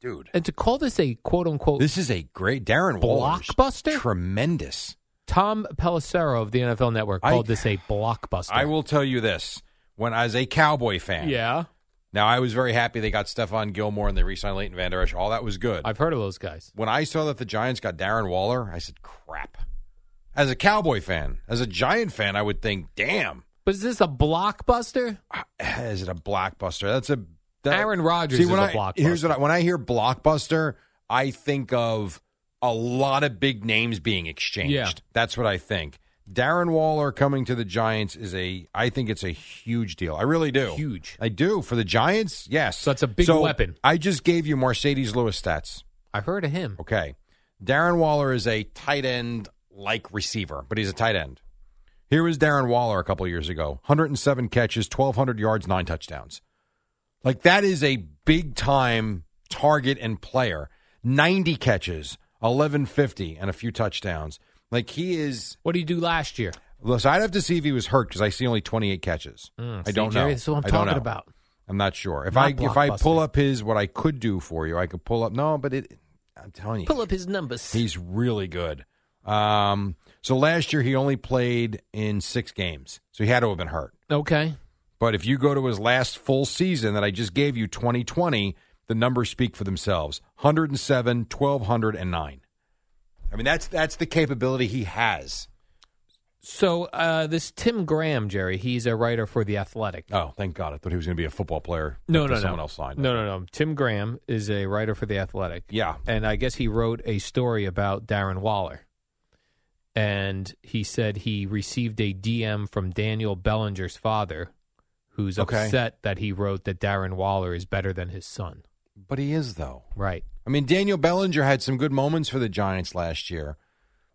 dude, and to call this a quote unquote this is a great Darren Waller's blockbuster. Tremendous. Tom Pelissero of the NFL Network I- called this a blockbuster. I will tell you this: when I was a Cowboy fan, Yeah, Now I was very happy they got Stephon Gilmore and they re-signed Leighton Van Der Esch. All that was good. I've heard of those guys. when I saw that the Giants got Darren Waller, I said, "Crap." As a Cowboy fan, as a Giant fan, I would think, "Damn, But is this a blockbuster? is it a blockbuster?" That's a that, Aaron Rodgers See, is when a I- blockbuster. Here's what I, when I hear blockbuster, I think of a lot of big names being exchanged. Yeah. That's what I think. Darren Waller coming to the Giants is a I think it's a huge deal. I really do. Huge. I do for the Giants. Yes. So that's a big So, weapon. I just gave you Mercedes Lewis stats. I heard of him. Okay. Darren Waller is a tight end like receiver, but he's a tight end. Here was Darren Waller a couple years ago 107 catches, 1,200 yards, nine touchdowns. Like that is a big time target and player. 90 catches, 1150, and a few touchdowns. Like he is. What did he do last year? So I'd have to see if he was hurt because I see only 28 catches. I don't Hmm, See, Jerry, know. That's what I'm I don't talking know. about. I'm not sure. If Not I if I blockbuster. pull up his what I could do for you, I could pull up no, but it I'm telling you, Pull up his numbers. He's really good. Um, so last year he only played in six games, so he had to have been hurt. Okay. But if you go to his last full season that I just gave you, 2020, the numbers speak for themselves 107, 1,209. I mean, that's that's the capability he has. So uh, this Tim Graham, Jerry, he's a writer for The Athletic. Oh, thank God. I thought he was going to be a football player. No, that no, no. Someone else signed. No, no, no. Tim Graham is a writer for The Athletic. Yeah. And I guess he wrote a story about Darren Waller. And he said he received a DM from Daniel Bellinger's father, who's Okay. upset that he wrote that Darren Waller is better than his son. But he is, though. Right. I mean, Daniel Bellinger had some good moments for the Giants last year,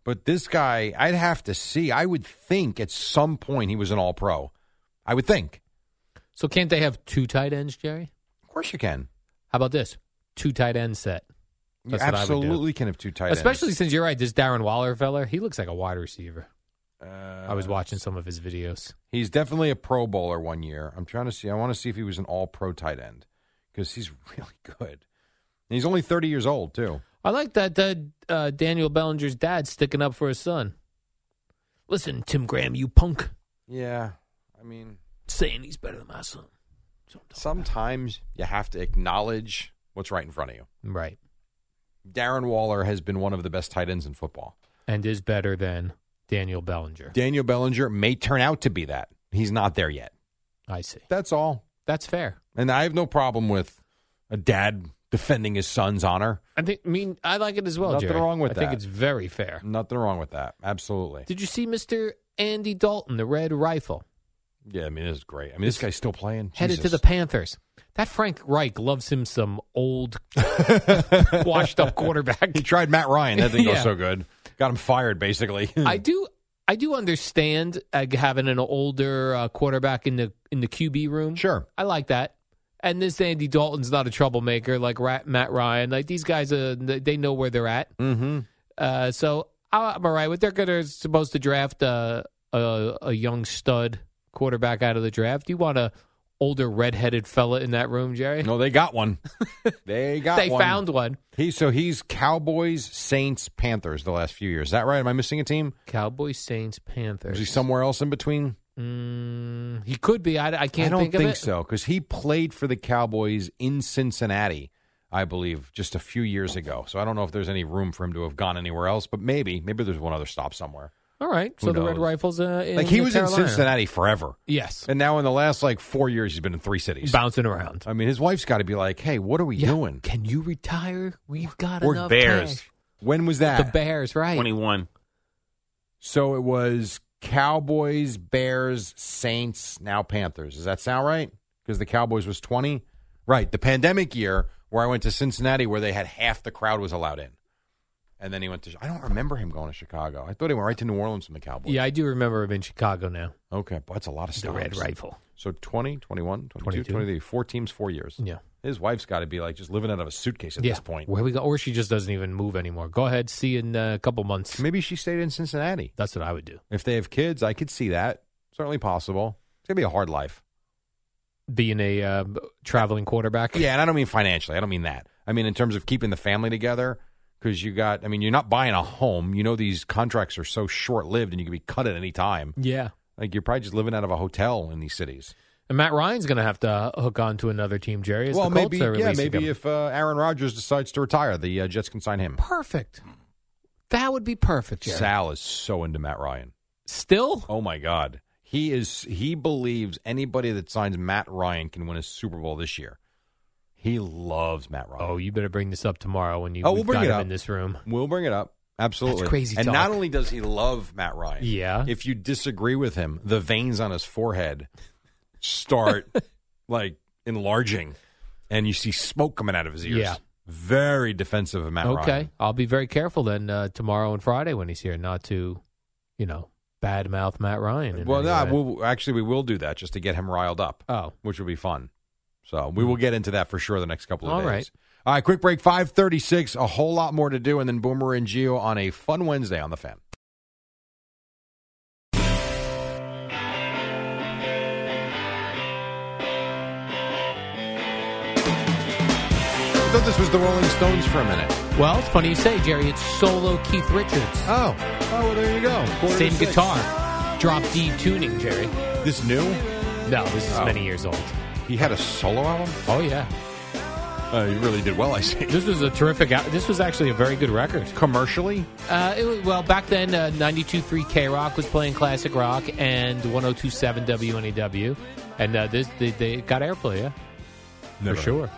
but this guy, I'd have to see. I would think at some point he was an all pro. I would think. So can't they have two tight ends, Jerry? Of course you can. How about this? Two tight end set. You That's what I would do. absolutely can have two tight ends. Especially since you're right, this Darren Waller feller, he looks like a wide receiver. Uh, I was watching some of his videos. He's definitely a Pro Bowler one year. I'm trying to see. I want to see if he was an all pro tight end because he's really good. And he's only 30 years old, too. I like that uh, uh, Daniel Bellinger's dad sticking up for his son. Listen, Tim Graham, you punk, Yeah. I mean, saying he's better than my son. sometimes you have to acknowledge what's right in front of you. Right. Darren Waller has been one of the best tight ends in football. And is better than Daniel Bellinger. Daniel Bellinger may turn out to be that. He's not there yet. I see. That's all. That's fair. And I have no problem with a dad defending his son's honor. I think. I mean, I like it as well. Nothing Jerry. wrong with I that. think it's very fair. Nothing wrong with that. Absolutely. Did you see Mr. Andy Dalton, the Red Rifle, Yeah, I mean, this is great. I mean, this guy's still playing. headed to Jesus. the Panthers? That Frank Reich loves him some old, washed-up quarterback. He tried Matt Ryan. That didn't go Yeah. so good. Got him fired, basically. I do. I do understand uh, having an older uh, quarterback in the in the QB room. Sure, I like that. And this Andy Dalton's not a troublemaker like Ra- Matt Ryan. Like these guys, uh, they they know where they're at. Mm-hmm. Uh, so I- I'm all right with. They're gonna supposed to draft uh, a a young stud quarterback out of the draft. You want a older redheaded fella in that room, Jerry? No, they got one. They got They one. found one. He so he's Cowboys, Saints, Panthers the last few years. Is that right? Am I missing a team? Cowboys, Saints, Panthers. Is he somewhere else in between? Mm, he could be. I, I can't I don't think, think, of it. so because he played for the Cowboys in Cincinnati, I believe, just a few years ago. So I don't know if there's any room for him to have gone anywhere else, but maybe, maybe there's one other stop somewhere. All right. Who so the Red knows? Rifles. Uh, in like he uh, was in Carolina. Cincinnati forever, Yes. and now in the last like four years, he's been in three cities, bouncing around. I mean, his wife's got to be like, "Hey, what are we doing? Can you retire? We've got We're enough Bears. cash. When was that? The Bears, right? 21. So it was Cowboys, Bears, Saints, now Panthers. Does that sound right? Because the Cowboys was 20. Right. The pandemic year where I went to Cincinnati where they had half the crowd was allowed in. And then he went to, I don't remember him going to Chicago. I thought he went right to New Orleans from the Cowboys. Yeah, I do remember him in Chicago now. Okay. But that's a lot of The stops. Red Rifle. So 20, 21, 22, 22. 23, four teams, four years. Yeah. His wife's got to be like just living out of a suitcase at yeah. this point. Where we go, or she just doesn't even move anymore. Go ahead, see you in uh, a couple months. Maybe she stayed in Cincinnati. That's what I would do. If they have kids, I could see that. Certainly possible. It's going to be a hard life. Being a uh, traveling quarterback. Yeah, and I don't mean financially. I don't mean that. I mean in terms of keeping the family together because you got. I mean, you're not buying a home. You know these contracts are so short lived, and you can be cut at any time. Yeah. Like you're probably just living out of a hotel in these cities. And Matt Ryan's going to have to hook on to another team, Jerry. as well, the Colts maybe are yeah, releasing maybe him. if uh, Aaron Rodgers decides to retire, the uh, Jets can sign him. Perfect. That would be perfect, Jerry. Sal is so into Matt Ryan. Still? Oh my God, he is. He believes anybody that signs Matt Ryan can win a Super Bowl this year. He loves Matt Ryan. Oh, you better bring this up tomorrow when you Oh, we've we'll bring got it him up. in this room. We'll bring it up. Absolutely. That's crazy And talk. not only does he love Matt Ryan, Yeah. if you disagree with him, the veins on his forehead start like enlarging and you see smoke coming out of his ears. Yeah. Very defensive of Matt okay, Ryan. I'll be very careful then uh, tomorrow and Friday when he's here, not to, you know, badmouth Matt Ryan. in Well, any no, way. we'll, actually, we will do that just to get him riled up. Oh. which will be fun. So we will get into that for sure the next couple of All days. right. All right. Quick break. Five thirty-six. A whole lot more to do, and then Boomer and Geo on a fun Wednesday on the Fan. I thought this was the Rolling Stones for a minute. Well, it's funny you say, Jerry. It's solo Keith Richards. Oh, oh, well, there you go. Quarter to Same six. guitar. Drop D tuning, Jerry. This new? No, this is Oh. many years old. He had a solo album. Oh yeah. Uh, he really did well. I see. This was a terrific. al- This was actually a very good record commercially. Uh, it was, well, back then, uh, 92.3 K Rock was playing classic rock and 102.7 WNEW, E and uh, this they, they got airplay, yeah, Never. for sure.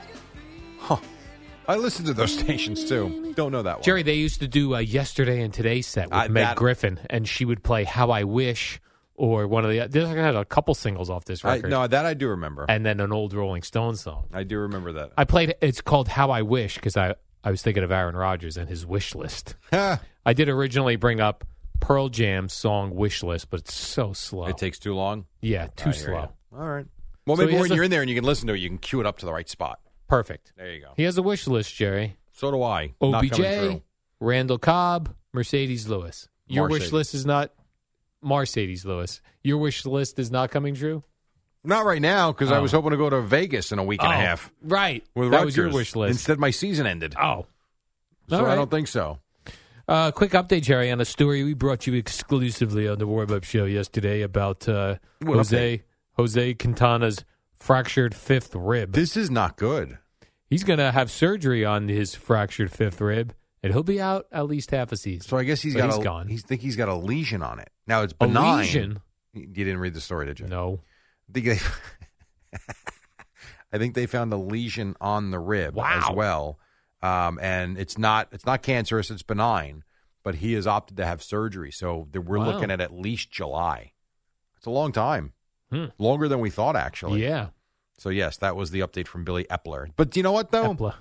I listened to those stations too. Don't know that one. Jerry, they used to do a yesterday and today set with I- Meg that- Griffin, and she would play "How I Wish" or one of the. They had a couple singles off this I, record, no, that I do remember. and then an old Rolling Stone song. I do remember that. I played. It's called "How I Wish" because I I was thinking of Aaron Rodgers and his wish list. I did originally bring up Pearl Jam's song "Wish List," but it's so slow. It takes too long. yeah, too I hear slow. ya. All right. Well, So maybe he has when a- you're in there and you can listen to it, you can cue it up to the right spot. Perfect. There you go. He has a wish list, Jerry. So do I. Not coming OBJ, through. Randall Cobb, Mercedes Lewis. Your wish Mercedes. list is not Mercedes Lewis. Your wish list is not coming true. Not right now because I was Oh. hoping to go to Vegas in a week and a Oh, half. Right. With that Rutgers. was your wish list. Instead, my season ended. Oh. So All I right. don't think so. Uh, quick update, Jerry, on a story we brought you exclusively on the warm up show yesterday about uh, What Jose Jose Quintana's fractured fifth rib. This is not good. He's going to have surgery on his fractured fifth rib, and he'll be out at least half a season. So I guess he's So got he's a, gone. He's think he's got a lesion on it. Now it's A benign. lesion? You didn't read the story, did you? No. I think they, I think they found a lesion on the rib Wow. as well, um, and it's not it's not cancerous. It's benign, but he has opted to have surgery. So th- we're Wow. looking at at least July. It's a long time, Hmm. longer than we thought actually. Yeah. So yes, that was the update from Billy Epler. But do you know what though? Epla.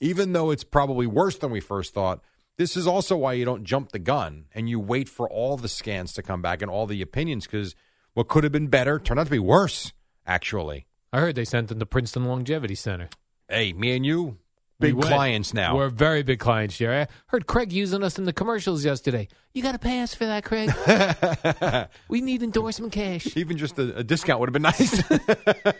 even though it's probably worse than we first thought, this is also why you don't jump the gun and you wait for all the scans to come back and all the opinions because what could have been better turned out to be worse, actually. I heard they sent him to Princeton Longevity Center. Hey, me and you, big We went. clients now. We're very big clients, Jerry. I heard Craig using us in the commercials yesterday. You got to pay us for that, Craig. we need endorsement cash. Even just a, a discount would have been nice.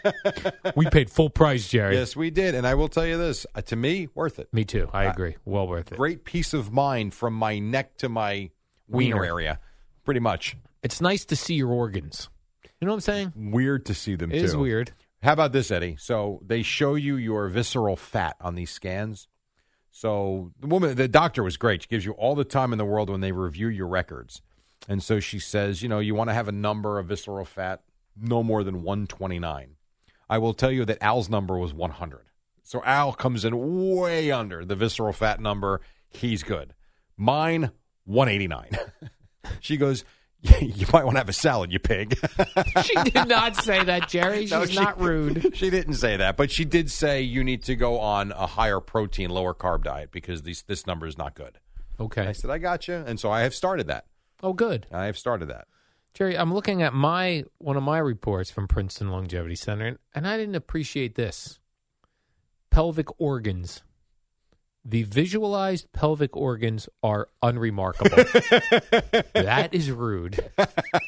we paid full price, Jerry. yes, we did. And I will tell you this uh, to me, worth it. Me too. I agree. Well worth it. Uh, Great peace of mind from my neck to my wiener, Wiener. area, pretty much. It's nice to see your organs. You know what I'm saying? Weird to see them It too. is weird. How about this, Eddie? So they show you your visceral fat on these scans. So the woman, the doctor was great. She gives you all the time in the world when they review your records. And so she says, you know, you want to have a number of visceral fat no more than 129. I will tell you that Al's number was 100. So Al comes in way under the visceral fat number. He's good. Mine, 189. she goes, you might want to have a salad, you pig. she did not say that, Jerry. She's No, she- not rude. she didn't say that, but she did say you need to go on a higher protein, lower carb diet because these, this number is not good. Okay. I said, I got you. And so I have started that. Oh, good. I have started that. Jerry, I'm looking at my one of my reports from Princeton Longevity Center, and, and I didn't appreciate this. Pelvic organs. The visualized pelvic organs are unremarkable. that is rude.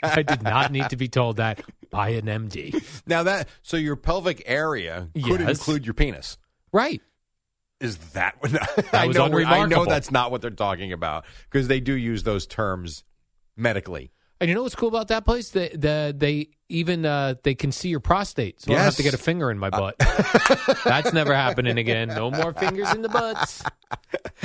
I did not need to be told that by an MD. Now that, so your pelvic area could Yes. include your penis. Right. Is that what I, was know, I know unremarkable. that's not what they're talking about because they do use those terms medically. And you know what's cool about that place? They, the, they even uh, they can see your prostate, so I don't have to Yes. get a finger in my butt. That's never happening again. No more fingers in the butts.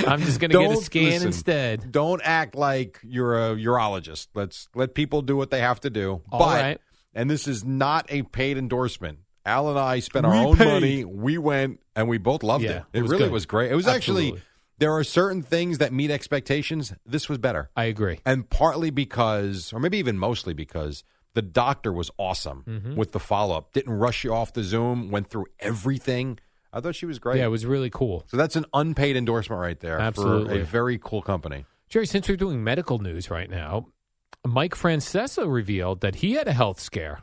I'm just going to get a Don't- scan listen, instead. Don't act like you're a urologist. Let's let people do what they have to do. All but right. and this is not a paid endorsement. Al and I spent our We own paid. money. We went and we both loved Yeah, it. It, it was really good. was great. It was actually Absolutely. there are certain things that meet expectations. This was better. I agree. And partly because, or maybe even mostly because, the doctor was awesome Mhm. with the follow up. Didn't rush you off the Zoom, went through everything. I thought she was great. Yeah, it was really cool. So that's an unpaid endorsement right there for Absolutely. a very cool company. Jerry, since we're doing medical news right now, Mike Francesa revealed that he had a health scare.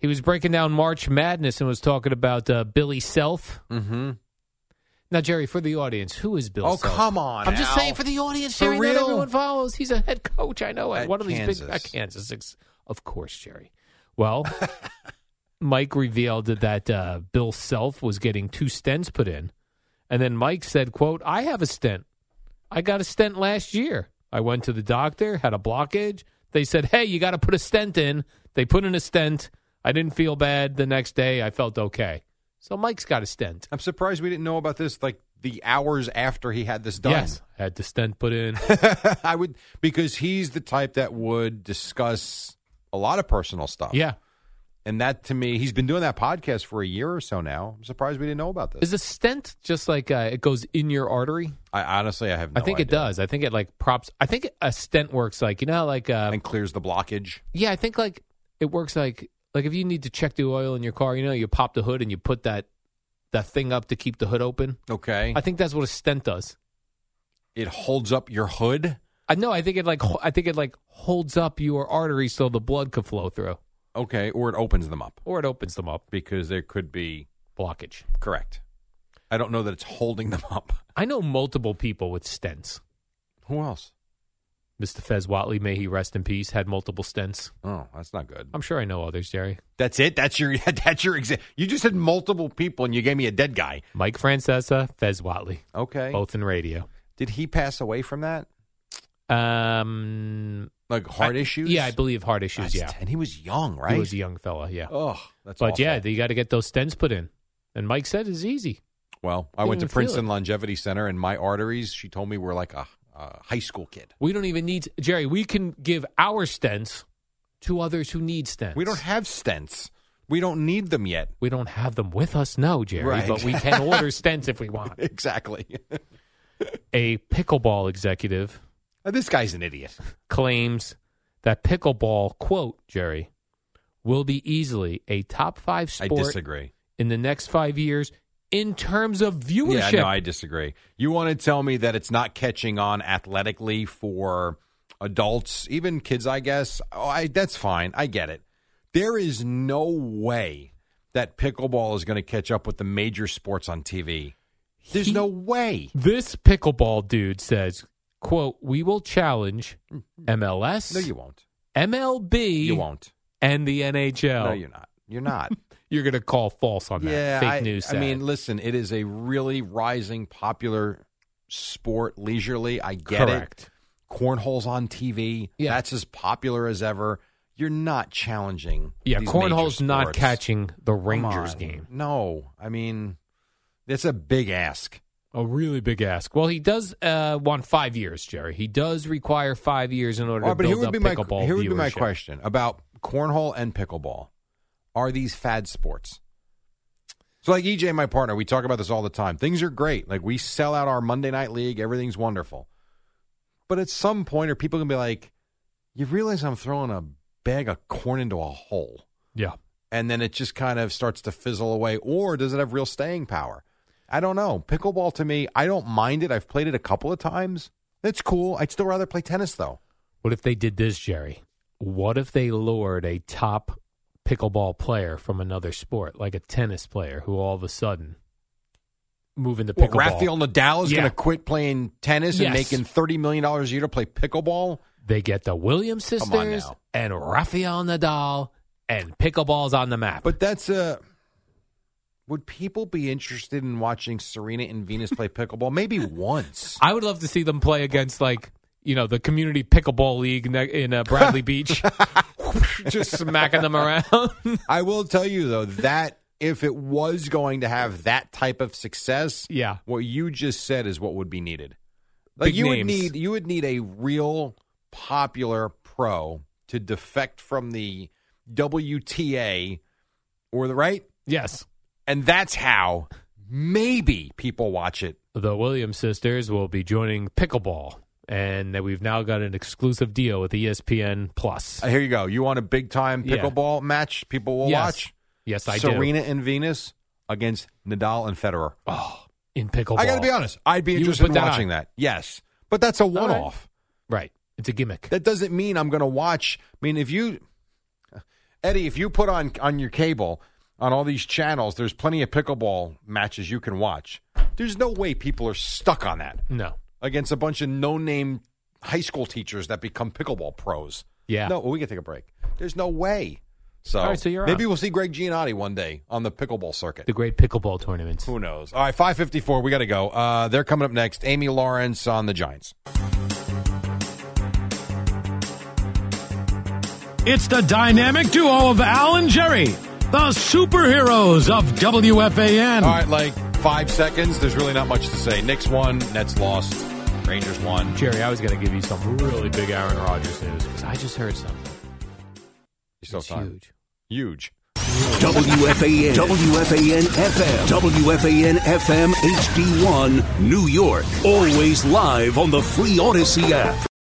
He was breaking down March Madness and was talking about uh, Billy Self. Mm-hmm. Now, Jerry, for the audience, who is Bill Oh, Self? come on. I'm just Al. saying for the audience, For Jerry, not real? everyone follows. He's a head coach, I know. it. At one of these Kansas. big at Kansas, ex- of course, Jerry. Well, Mike revealed that uh, Bill Self was getting two stents put in And then Mike said, quote, I have a stent. I got a stent last year. I went to the doctor, had a blockage. They said, hey, you got to put a stent in. They put in a stent. I didn't feel bad. The next day, I felt okay. So Mike's got a stent. I'm surprised we didn't know about this like the hours after he had this done. Yes, had the stent put in. I would because he's the type that would discuss a lot of personal stuff. Yeah. And that to me, he's been doing that podcast for a year or so now. I'm surprised we didn't know about this. Is a stent just like uh, it goes in your artery? I honestly, I have. No I think it does. I think it like props. I think a stent works like you know, how, like uh, and clears the blockage. yeah. I think like it works like like if you need to check the oil in your car, you know, you pop the hood and you put that that thing up to keep the hood open. Okay. I think that's what a stent does. It holds up your hood. I know. I think it like ho- I think it like holds up your artery so the blood could flow through, Okay, or it opens them up or it opens them up. because there could be blockage. Correct. I don't know that it's holding them up. I know multiple people with stents. Who else? Mr. Fez Watley, may he rest in peace, had multiple stents. Oh, that's not good. I'm sure I know others, Jerry. That's it. That's your. That's your. Exa- you just had multiple people, and you gave me a dead guy. Mike Francesa, Fez Watley, Okay. both in radio. Did he pass away from that? Um, Like heart I- issues? Yeah, I believe heart issues. That's- yeah, And he was young, right? he was a young fella. Yeah. Oh, that's. but awful. yeah, you got to get those stents put in. And Mike said it's easy. Well, I Didn't went to even feel Princeton it. Longevity Center, and my arteries, she told me, were like a, a high school kid. We don't even need Jerry. We can give our stents to others who need stents. We don't have stents. We don't need them yet. we don't have them with us, no, Jerry. Right. But we can order stents if we want. Exactly. A pickleball executive this guy's an idiot. claims that pickleball, quote, Jerry, will be easily a top five I sport disagree. in the next five years in terms of Yeah, viewership. no, I disagree. You want to tell me that it's not catching on athletically for adults, even kids, I guess. Oh, I, that's fine. I get it. There is no way that pickleball is going to catch up with the major sports on TV. There's He- no way. This pickleball dude says, quote, we will challenge MLS, No, you won't. MLB, You won't. and the NHL. No, you're not. You're not. You're going to call false on that. yeah, Oh. Fake I, news. I sad. mean, listen, it is a really rising popular sport leisurely. I get it. correct. cornhole's on TV. Yeah. That's as popular as ever. You're not challenging. Yeah, these cornhole's major not sports. catching the Come Rangers on. game. No, I mean, it's a big ask. A really big ask. Well, he does uh, want five years, Jerry. He does require five years in order to All right, Oh, but build here would up be my pickleball here would be my viewership. question about cornhole and pickleball. Are these fad sports? So, like EJ, my partner, we talk about this all the time. Things are great. Like we sell out our Monday night league. Everything's wonderful. But at some point, are people gonna be like, "You realize I'm throwing a bag of corn into a hole?" Yeah. and then it just kind of starts to fizzle away or does it have real staying power i don't know pickleball to me i don't mind it i've played it a couple of times it's cool i'd still rather play tennis though What if they did this, Jerry? What if they lured a top pickleball player from another sport, like a tennis player, who all of a sudden move into What, pickleball? rafael nadal is Yeah. going to quit playing tennis and Yes. making $30 million a year to play pickleball They get the Williams Come on sisters now. and Rafael Nadal, and pickleball's on the map. but that's a would people be interested in watching serena and venus play pickleball maybe once I would love to see them play against like you know the community pickleball league ne- in uh, Bradley Beach, just smacking them around. i will tell you though that if it was going to have that type of success yeah, what you just said is what would be needed. Like Big you would names. need you would need a real popular pro to defect from the WTA or the right? yes. And that's how maybe people watch it. The Williams sisters will be joining pickleball, and that we've now got an exclusive deal with E ESPN Plus. Uh, here you go. You want a big time Yeah. pickleball match people will Yes. watch? Yes, I do. Serena and Venus against Nadal and Federer. oh, in pickleball. I got to be honest. I'd be You would interested in put that watching on. that. Yes. But that's a right. one off. Right, it's a gimmick. That doesn't mean I'm going to watch. I mean, if you, Eddie, if you put on on your cable on all these channels, there's plenty of pickleball matches you can watch. There's no way people are stuck on that No, against a bunch of no name high school teachers that become pickleball pros. yeah, No, we can take a break. There's no way. So, All right, so you're maybe on. we'll see Greg Giannotti one day on the pickleball circuit. The great pickleball tournaments. Who knows? All right, 554, we got to go. Uh, they're coming up next. Amy Lawrence on the Giants. It's the dynamic duo of Al and Jerry, the superheroes of WFAN. All right, like five seconds. There's really not much to say. Knicks won, Nets lost, Rangers won. Jerry, I was going to give you some really big Aaron Rodgers news because I just heard something. You still have time. huge. Huge. WFAN, WFAN FM, WFAN FM HD1, New York. Always live on the free Odyssey app.